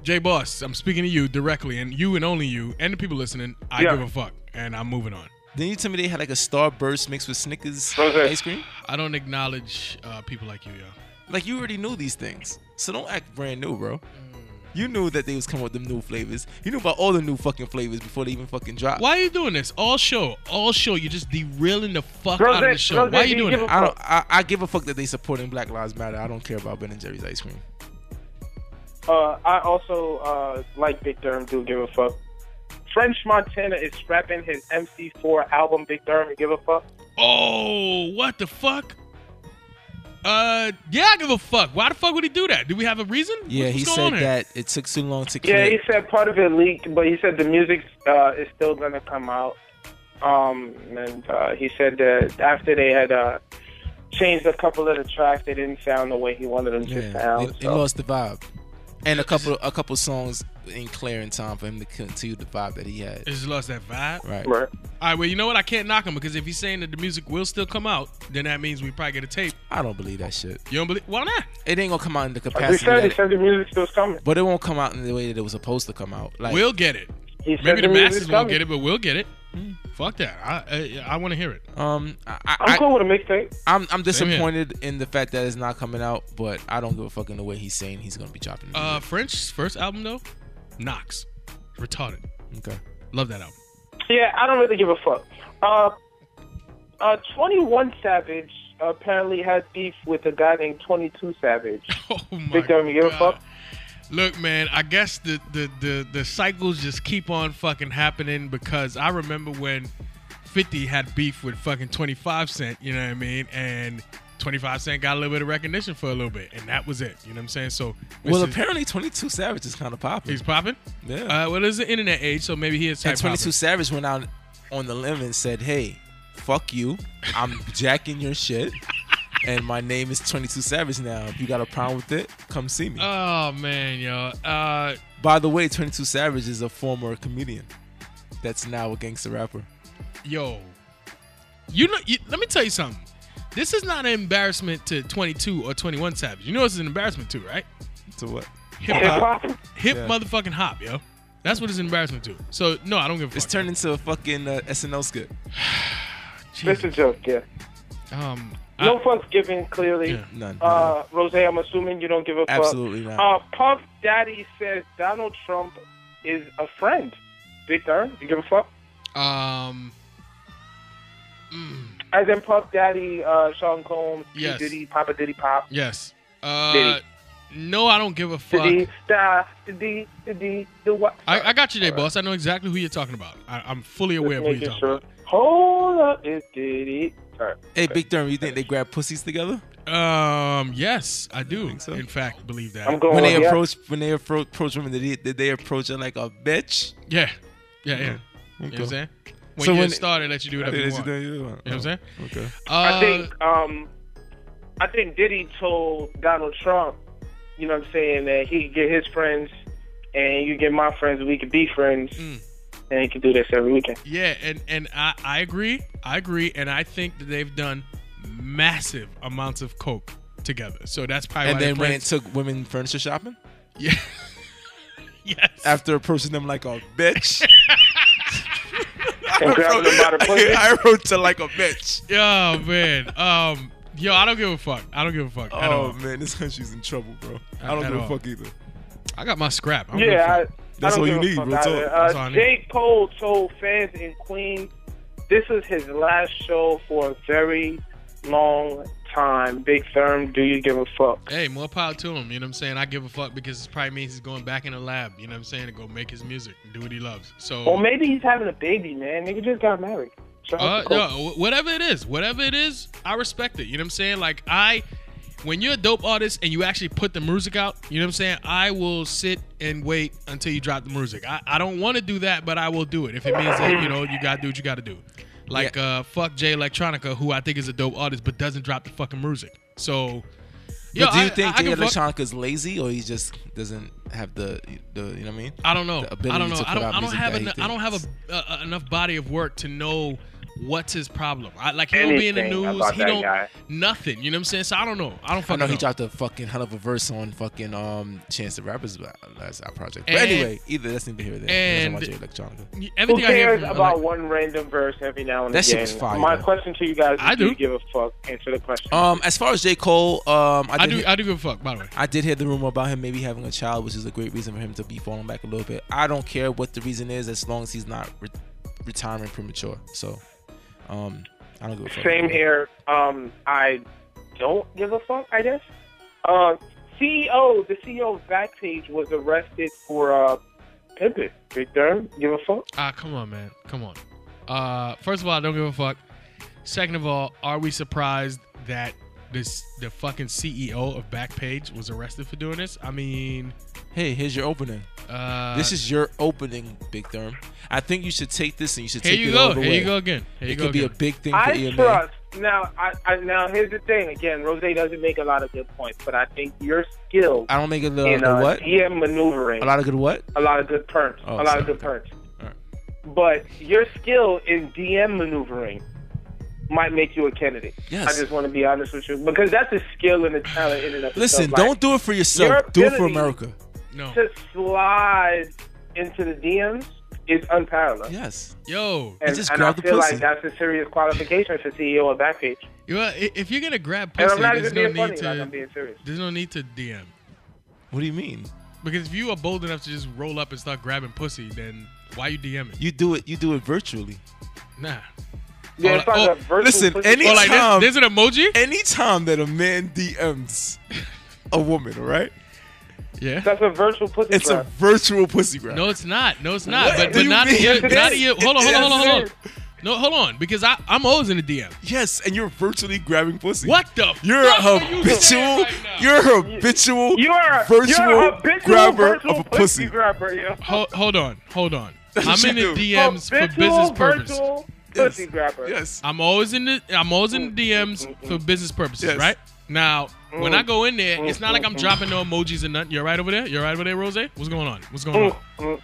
S3: Jay Boss, I'm speaking to you directly, and you and only you, and the people listening. I
S5: Yeah.
S3: give a fuck, and I'm moving on.
S4: Then you tell me they had like a Starburst mixed with Snickers
S5: What was that?
S4: ice cream.
S3: I don't acknowledge uh, people like you, yo.
S4: Like you already knew these things, so don't act brand new, bro. You knew that they was coming with them new flavors. You knew about all the new fucking flavors before they even fucking dropped.
S3: Why are you doing this? All show, all show. You're just derailing the fuck out of the
S5: Rosette,
S3: show. Why are
S5: Rosette,
S3: you
S5: do you
S3: doing
S5: give
S3: that?
S4: I don't. I, I give a fuck that they supporting Black Lives Matter. I don't care about Ben and Jerry's ice cream.
S5: Uh, I also uh, like Big Durham. Do give a fuck. French Montana is scrapping his MC4 album. Big Durham, give a fuck.
S3: Oh, what the fuck? Uh, yeah, I give a fuck. Why the fuck would he do that? Do we have a reason?
S4: Yeah,
S3: What's
S4: he
S3: going
S4: said
S3: on here?
S4: that it took too long to
S5: Yeah,
S4: clear.
S5: he said part of it leaked, but he said the music uh, is still gonna come out. Um, and uh, he said that after they had uh, changed a couple of the tracks, they didn't sound the way he wanted them to
S4: Yeah,
S5: sound.
S4: they, they
S5: so.
S4: lost the vibe, and a couple a couple songs in clear in time for him to continue the vibe that he had.
S3: It's just lost that vibe.
S4: Right.
S5: Right.
S3: All right, well, you know what? I can't knock him because if he's saying that the music will still come out, then that means we probably get a tape.
S4: I don't believe that shit.
S3: You don't believe? Why not?
S4: It ain't gonna come out in the
S5: Like we
S4: capacity,
S5: said,
S4: that
S5: he
S4: it-
S5: said the music still's coming.
S4: but it won't come out in the way that it was supposed to come out. Like
S3: we'll get it.
S5: He said
S3: Maybe the
S5: music's
S3: masses won't
S5: coming.
S3: get it, but we'll get it. Fuck that. I I, I want to hear it.
S4: um, I,
S5: I'm
S4: I,
S5: cool with a mixtape.
S4: I, am
S3: Same here.
S4: I'm disappointed in the fact that it's not coming out, but I don't give a fuck in the way he's saying he's gonna be dropping. the
S3: Uh, French's first album though, Knox, retarded.
S4: music. okay.
S3: Love that album. <laughs>
S5: Yeah, I don't really give a fuck. Uh, uh, 21 Savage apparently had beef with a guy named 22 Savage.
S3: Oh <laughs> my
S5: Big Dummy, you give a
S3: God.
S5: fuck?
S3: Look, man, I guess the, the the the cycles just keep on fucking happening because I remember when 50 had beef with fucking 25 Cent, you know what I mean? And 25 Cent got a little bit of recognition for a little bit, and that was it. You know what I'm saying? So this
S4: Well,
S3: is-
S4: apparently 22 Savage is kind of popular.
S3: he's popping.
S4: Yeah.
S3: Uh, well, it's the internet age, so maybe he is.
S4: And
S3: type
S4: 22
S3: popping.
S4: Savage went out on the limb and said, "Hey, fuck you.
S3: <laughs>
S4: I'm jacking your shit, and my name is 22 Savage now. If you got a problem with it, come see me."
S3: Oh man, yo. Uh,
S4: By the way, 22 Savage is a former comedian that's now a gangster rapper.
S3: yo, you know, you, let me tell you something. This is not an embarrassment to 22 or 21 Savage. You know, it's an embarrassment too, right?
S4: To what?
S3: Hip
S5: Hip
S3: hop,
S5: <laughs> hop?
S3: hip
S4: Yeah.
S3: motherfucking hop, yo. That's what it's an embarrassment to. So no, I don't give a fuck.
S4: It's turned into a fucking uh, SNL skit.
S5: This is
S3: Jesus.
S5: a joke, yeah.
S3: um,
S5: No
S3: I-
S5: fucks given, clearly.
S3: Yeah.
S4: None.
S5: Uh, Rose, I'm assuming you don't give a fuck.
S4: Absolutely not.
S5: Uh, Puff Daddy says Donald Trump is a friend. Big Durham, you give a fuck?
S3: um,
S5: As in Puff Daddy, uh, Sean Combs, P.
S3: Yes.
S5: Diddy, Papa Diddy Pop.
S3: yes. Uh,
S5: Diddy.
S3: no, I don't give a fuck.
S5: Diddy, da, diddy, diddy, do what?
S3: I, I got you, there, boss. I know exactly who you're talking about. I, I'm fully aware of
S5: Just
S3: what you're
S5: making
S3: talking
S5: sure. Hold up, it's Diddy. Sorry.
S4: hey, Big Durham, you think they grab pussies together
S3: about. Um, yes, I do.
S4: think so?
S3: In fact, believe that.
S5: I'm going.
S4: when they
S5: Oh, yeah.
S4: approach when they appro- approach women? Did they, did they approach her like a bitch?
S3: yeah, yeah, yeah. You know what I'm saying? When
S4: So
S3: you
S4: when-
S3: get started, let you do whatever you want. You know what I'm saying?
S4: Oh. Okay.
S3: Uh,
S5: I think um, I think Diddy told Donald Trump, you know what I'm saying, that he could get his friends and you get my friends, we could be friends,
S4: Mm.
S5: and he could do this every
S4: <laughs>
S5: weekend.
S3: Yeah, and and I, I agree. I agree, and I think that they've done massive amounts of coke together. So that's probably why
S4: And then
S3: they're
S4: when it
S3: friends.
S4: took women furniture shopping,
S3: yeah. <laughs> yes.
S4: after approaching them like a
S5: <laughs>
S4: bitch,
S5: And grabbing them
S4: <laughs>
S5: by the pussy.
S4: I wrote to like a bitch.
S3: oh man. Um. Yo, I don't give a fuck. I don't give a fuck at
S4: Oh
S3: all.
S4: man, this country's in trouble, bro.
S3: At-
S4: I don't
S3: at
S4: give a
S3: all.
S4: fuck either.
S3: I got my scrap. I don't give a
S5: Yeah, I,
S3: fuck.
S5: I
S4: That's
S5: don't
S4: all you
S5: give a
S4: need,
S5: fuck
S4: real
S5: about
S4: talk.
S5: it.
S3: That's all I
S5: Uh,
S3: need.
S5: J. Cole told fans in Queens, "This is his last show for a very long time." Big Therm, do you give a fuck?
S3: Hey, more power to him. You know what I'm saying? I give a fuck because it probably means he's going back in the lab. You know what I'm saying? To go make his music, and do what he loves. So.
S5: Or maybe he's having a baby, man. Nigga just got married. Shout
S3: Mm.
S5: out
S3: Uh,
S5: to Cole.
S3: yo, wh- whatever it is, whatever it is, I respect it. You know what I'm saying? Like I, when you're a dope artist and you actually put the music out, you know what I'm saying? I will sit and wait until you drop the music. I, I don't want to do that, but I will do it if it means that you know you gotta do what you gotta do. Like uh, fuck Jay Electronica, who I think is a dope artist, but doesn't drop the fucking music. So, yo,
S4: but do you
S3: I,
S4: think
S3: I, I,
S4: Jay
S3: can fuck-
S4: Electronica is lazy, or he just doesn't have the the you know what I mean?
S3: I don't know.
S4: the
S3: I
S4: ability
S3: don't know.
S4: to
S3: I
S4: put
S3: don't.
S4: out
S3: I don't
S4: music
S3: have.
S4: that he
S3: Enough, I don't have
S4: thinks.
S3: a, uh, enough body of work to know what's his problem? I, like he don't be in the
S5: Anything
S3: news.
S5: about
S3: He
S5: that
S3: don't
S5: guy.
S3: nothing. You know what I'm saying? So I don't know. I don't
S4: I
S3: fucking
S4: know he
S3: know.
S4: dropped a fucking hell of a verse on fucking um Chance the Rapper's la- last our project. But
S3: And-
S4: anyway, either that's neither here nor there.
S3: and-
S4: That's on my Jay Electronica.
S5: Who
S3: Everything I hear
S5: cares
S3: from,
S5: about
S3: like,
S5: one random verse every now and
S4: That shit
S5: again?
S4: was fire,
S5: My
S4: though.
S5: question to you guys is
S3: I
S5: do
S3: do. Uh,
S5: you give a fuck? Answer the question.
S4: Um, as far as J Cole, um, I did,
S3: I do.
S4: hear, I,
S3: I do give a fuck. By the way,
S4: did hear the rumor about him maybe having a child, which is a great reason for him to be falling back a little bit. I don't care what the reason is, as long as he's not re- retiring premature. So, um, I don't give a fuck.
S5: Same here. Um, I don't give a fuck. I guess. Uh, CEO, the CEO of Backpage was arrested for uh, pimping. Big Durham, give a fuck.
S3: ah, come on, man, come on. Uh, first of all, I don't give a fuck. Second of all, are we surprised that this the fucking CEO of Backpage was arrested for doing this? I mean,
S4: Hey, here's your opening.
S3: uh,
S4: this is your opening, Big Therm. I think you should take this and you should
S3: here
S4: take
S3: you
S4: it
S3: go.
S4: all the
S3: Here
S4: way.
S3: you go again. Here you
S4: it
S3: go
S4: could be a
S3: again.
S4: big thing for
S5: I
S4: EMA.
S5: trust. Now, I, I now here's the thing. Again, Rose doesn't make a lot of good points, but I think your skill
S4: I don't make a little
S5: in uh,
S4: what?
S5: DM maneuvering
S4: A lot of good what?
S5: a lot of good perks.
S4: Oh,
S5: a lot
S4: sorry.
S5: of good perks.
S4: Alright.
S5: But your skill in DM maneuvering might make you a candidate.
S4: Yes.
S5: I just want to be honest with you because that's a skill and a talent in and of
S4: Listen,
S5: itself. Like,
S4: don't do it for yourself.
S5: your
S4: do it for
S5: ability-
S4: America.
S3: no.
S5: to slide into the DMs is unparalleled.
S4: Yes.
S3: Yo,
S5: And,
S4: just
S5: and I
S4: grab the
S5: feel
S4: pussy.
S5: like that's a serious qualification for CEO of Backpage.
S3: you know, what? i- if you're gonna grab
S5: And
S3: pussy,
S5: I'm not
S3: there's
S5: even
S3: no
S5: being
S3: need
S5: funny,
S3: to.
S5: like I'm being serious.
S3: there's no need to DM.
S4: What do you mean?
S3: Because if you are bold enough to just roll up and start grabbing pussy, then why you DMing?
S4: You do it. You do it virtually.
S3: Nah.
S5: Yeah, it's
S3: like-
S5: like
S3: oh,
S5: a virtual
S4: listen,
S5: pussy.
S4: any-
S3: Or like,
S4: Tom.
S3: there's, there's an emoji.
S4: Anytime that a man DMs a woman, all right,
S3: Yeah.
S5: that's a virtual pussy.
S4: it's a
S5: bruh.
S4: virtual pussy grab.
S3: No, it's not. No, it's not.
S4: What
S3: But
S4: do
S3: but
S4: you
S3: not
S4: mean?
S3: here.
S4: It
S3: Not
S4: is.
S3: here. Hold on.
S4: It
S3: Hold on. Hold on. Hold on.
S5: is.
S3: No, hold on. Because I I'm always in the DM.
S4: Yes, and you're virtually grabbing pussy.
S3: What the?
S4: You're
S3: fuck
S4: a
S3: are you
S4: habitual.
S3: saying right now?
S4: you're a habitual.
S5: You are a,
S4: virtual
S5: you're a habitual
S4: grabber
S5: virtual
S4: of a
S5: pussy
S4: pussy.
S5: grabber. Yo.
S3: Ho- hold on. Hold on.
S4: That's what
S3: I'm in
S4: you
S3: the
S4: do.
S3: DMs for business purposes.
S5: Virtual
S4: Yes.
S5: pussy grabber.
S4: Yes.
S3: I'm always in the I'm always in the DMs for
S5: Mm-hmm.
S3: business purposes,
S4: Yes.
S3: right? Now, when I go in there, it's not like
S5: Mm-hmm.
S3: I'm dropping no emojis and nothing. You're right over there. You're right over there, Rose. What's going on? What's going on?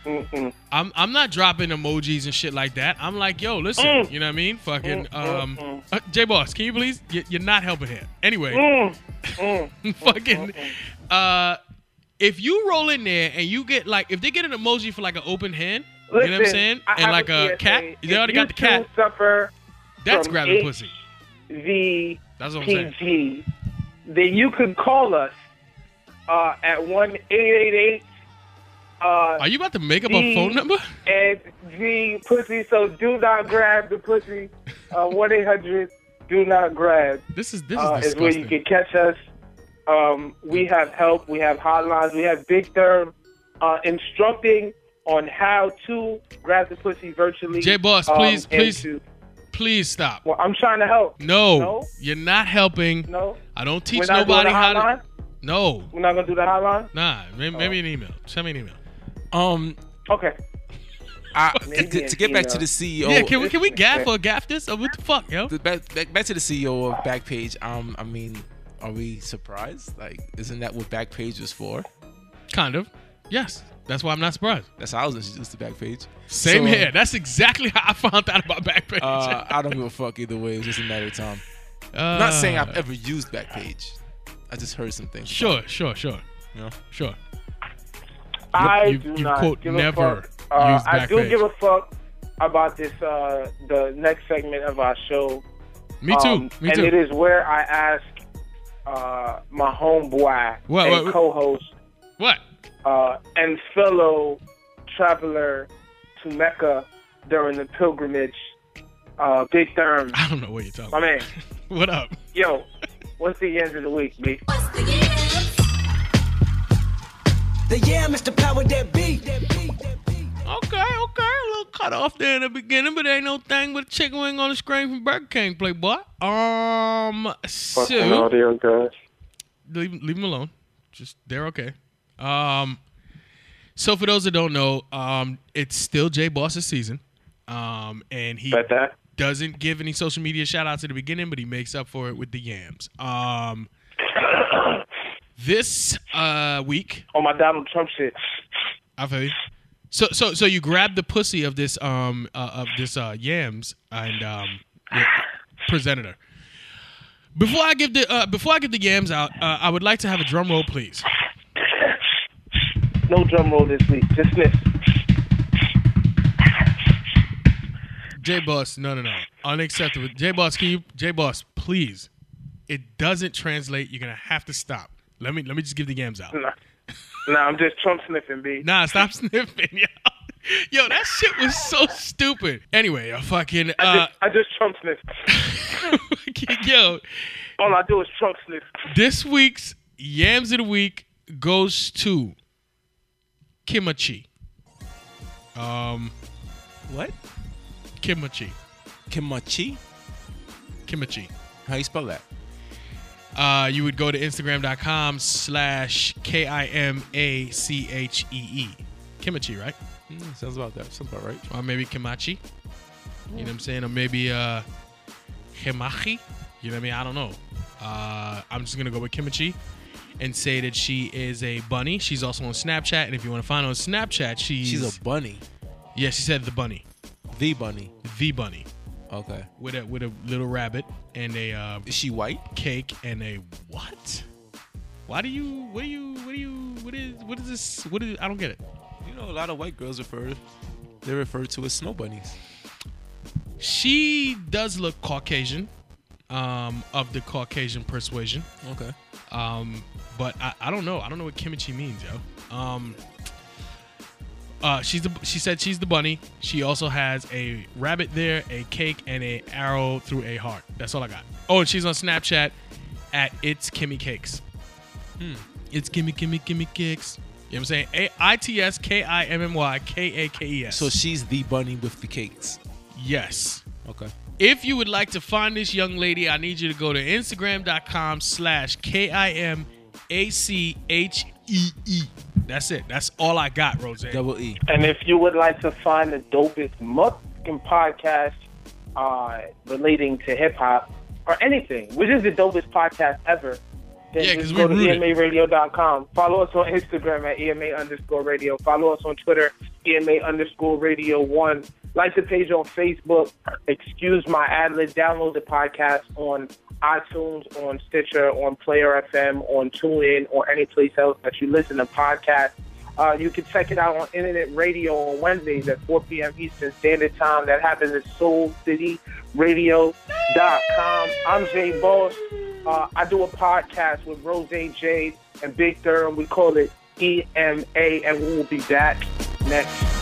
S5: Mm-hmm.
S3: I'm I'm not dropping emojis and shit like that. I'm like, yo,
S5: Mm.
S3: listen, you know what I mean? Fucking,
S5: Mm-hmm.
S3: um, uh, J Boss, can you please? You, you're not helping here. Anyway,
S5: Mm.
S3: <laughs> fucking,
S5: Mm-hmm.
S3: uh, if you roll in there and you get like, if they get an emoji for like an open hand, you know what I'm
S5: Listen,
S3: saying,
S5: I have
S3: and like a
S5: PSA.
S3: cat,
S5: If
S3: they already
S5: you
S3: got the cat.
S5: two Suffer
S3: That's
S5: from
S3: grabbing
S5: H-
S3: pussy.
S5: the
S3: That's what I'm saying.
S5: PG, then you could call us uh, at one eight eight eight. Uh,
S3: Are you about to make up
S5: D-
S3: a phone number? <laughs>
S5: and the pussy, so do not grab the pussy. uh, One eight hundred, do not grab.
S3: This is this is
S5: uh, is where
S3: disgusting.
S5: you can catch us. Um, we have help. We have hotlines. We have Big Therm uh, instructing on how to grab the pussy virtually. um,
S3: Jay Boss, please,
S5: and
S3: please.
S5: to-
S3: Please stop.
S5: well, I'm trying to help.
S3: No,
S5: No?
S3: you're not helping.
S5: No,
S3: I don't
S5: we're
S3: teach
S5: not
S3: nobody
S5: doing the
S3: how
S5: hotline. Oh.
S3: to. No,
S5: We're not gonna do the hotline.
S3: nah. Maybe, maybe an email. Send me an email.
S4: Um,
S5: Okay.
S4: I,
S5: Maybe
S4: to, to get back to the CEO.
S3: yeah, can we
S4: eh,
S3: can we gaff or gaff this? Or what the fuck, yo?
S4: the back, back back to the CEO of Backpage. Um, I mean, are we surprised? Like, isn't that what Backpage was for?
S3: Kind of. Yes, that's why I'm not surprised.
S4: That's how I was introduced to Backpage.
S3: Same
S4: So,
S3: here. That's exactly how I found out about Backpage.
S4: Uh, I don't give a fuck either way. It was just a matter of time.
S3: Uh,
S4: I'm not saying I've ever used Backpage. I just heard some things.
S3: Sure, sure, sure.
S4: No.
S3: Sure.
S5: I
S3: you-
S5: do
S3: you
S5: not
S3: quote
S5: give
S3: never
S5: a fuck. Uh,
S3: use
S5: I do
S3: Backpage.
S5: give a fuck about this. Uh, the next segment of our show.
S3: Me too.
S5: Um,
S3: me
S5: and
S3: too.
S5: it is where I ask uh, my homeboy
S3: What,
S5: and
S3: what, what?
S5: co-host
S3: what?
S5: uh, and fellow traveler to Mecca during the pilgrimage. Uh, Big Therm,
S3: I don't know what you're talking.
S5: my
S3: about.
S5: man.
S3: What up?
S5: Yo, what's the end of the week, B?
S6: The yeah, Mr. Power, that beat, that beat, that beat.
S3: Okay, okay, a little cut off there in the beginning, but ain't no thing but a chicken wing on the screen from Burger King, Playboy. Um, so
S5: audio, guys.
S3: leave, leave them alone. Just they're okay. Um, so for those that don't know, um, it's still Jay Boss's season. Um, and he
S5: About that?
S3: doesn't give any social media shout outs at the beginning, but he makes up for it with the yams. Um, this uh week,
S5: On my Oh, Donald Trump shit.
S3: I feel you. So so so you grabbed the pussy of this um uh, of this uh yams and um yeah, presented her. Before I give the uh, before I give the yams out, uh, I would like to have a drum roll, please.
S5: No drum roll this week. Just sniff.
S3: J Boss, no no no, unacceptable. J Boss, can you J Boss, please? It doesn't translate. You're gonna have to stop. Let me let me just give the yams out.
S5: Nah. Nah, I'm just Trump sniffing, B.
S3: Nah, stop <laughs> sniffing, yo. Yo, that shit was so stupid. Anyway, a fucking
S5: I
S3: uh, <laughs>
S5: just, I just Trump sniff.
S3: fucking- yo.
S5: All I do is Trump sniff.
S3: This week's yams of the week goes to kimchi. Um,
S7: What?
S3: kimchi,
S7: Kimachi?
S3: kimchi.
S7: How you spell that?
S3: Uh, you would go to Instagram.com slash K I M A C H E E. Kimchi, right?
S4: Hmm,
S7: sounds about that. Sounds about right.
S3: Or maybe Kimachi. You know what I'm saying? Or maybe uh Himachi. You know what I mean? I don't know. Uh, I'm just gonna go with Kimchi and say that she is a bunny. She's also on Snapchat, and if you want to find her on Snapchat, she's,
S4: She's a bunny.
S3: yeah. She said the bunny,
S4: The bunny.
S3: the bunny
S4: Okay.
S3: with a with a little rabbit and a uh,
S4: Is she white?
S3: cake and a what? Why do you? What do you? What do you? What is? What is this? What is? I don't get it.
S4: You know, a lot of white girls refer they're referred to as snow bunnies.
S3: She does look Caucasian, um, of the Caucasian persuasion.
S4: Okay.
S3: Um, but I, I don't know. I don't know what kimchi means, yo. Um, uh, she's the she said she's the bunny. She also has a rabbit there, a cake, and a arrow through a heart. That's all I got. Oh, and she's on Snapchat at it's Kimmy Cakes. Hmm. It's Kimmy Kimmy Kimmy Cakes. You know what I'm saying? A I T S K I M M Y K A K E S.
S4: So she's the bunny with the cakes.
S3: yes.
S4: Okay.
S3: If you would like to find this young lady, I need you to go to Instagram.com slash K I M A C H E E. That's it. That's all I got, Rose.
S4: Double E.
S5: And if you would like to find the dopest motherfucking podcast uh, relating to hip hop or anything, which is the dopest podcast ever, then
S3: Yeah, 'cause
S5: just
S3: we
S5: go to E
S3: rooted.
S5: emaradio.com. Follow us on Instagram at EMA underscore radio. Follow us on Twitter, EMA underscore radio one. Like the page on Facebook, excuse my ad lib. Download the podcast on iTunes, on Stitcher, on Player FM, on TuneIn, or any place else that you listen to podcasts. Uh, you can check it out on Internet Radio on Wednesdays at 4 p.m. Eastern Standard Time. That happens at SoulCityRadio.com. I'm Jay Boss. Uh, I do a podcast with Rose E Jade and Big Durham. We call it EMA, and we will be back next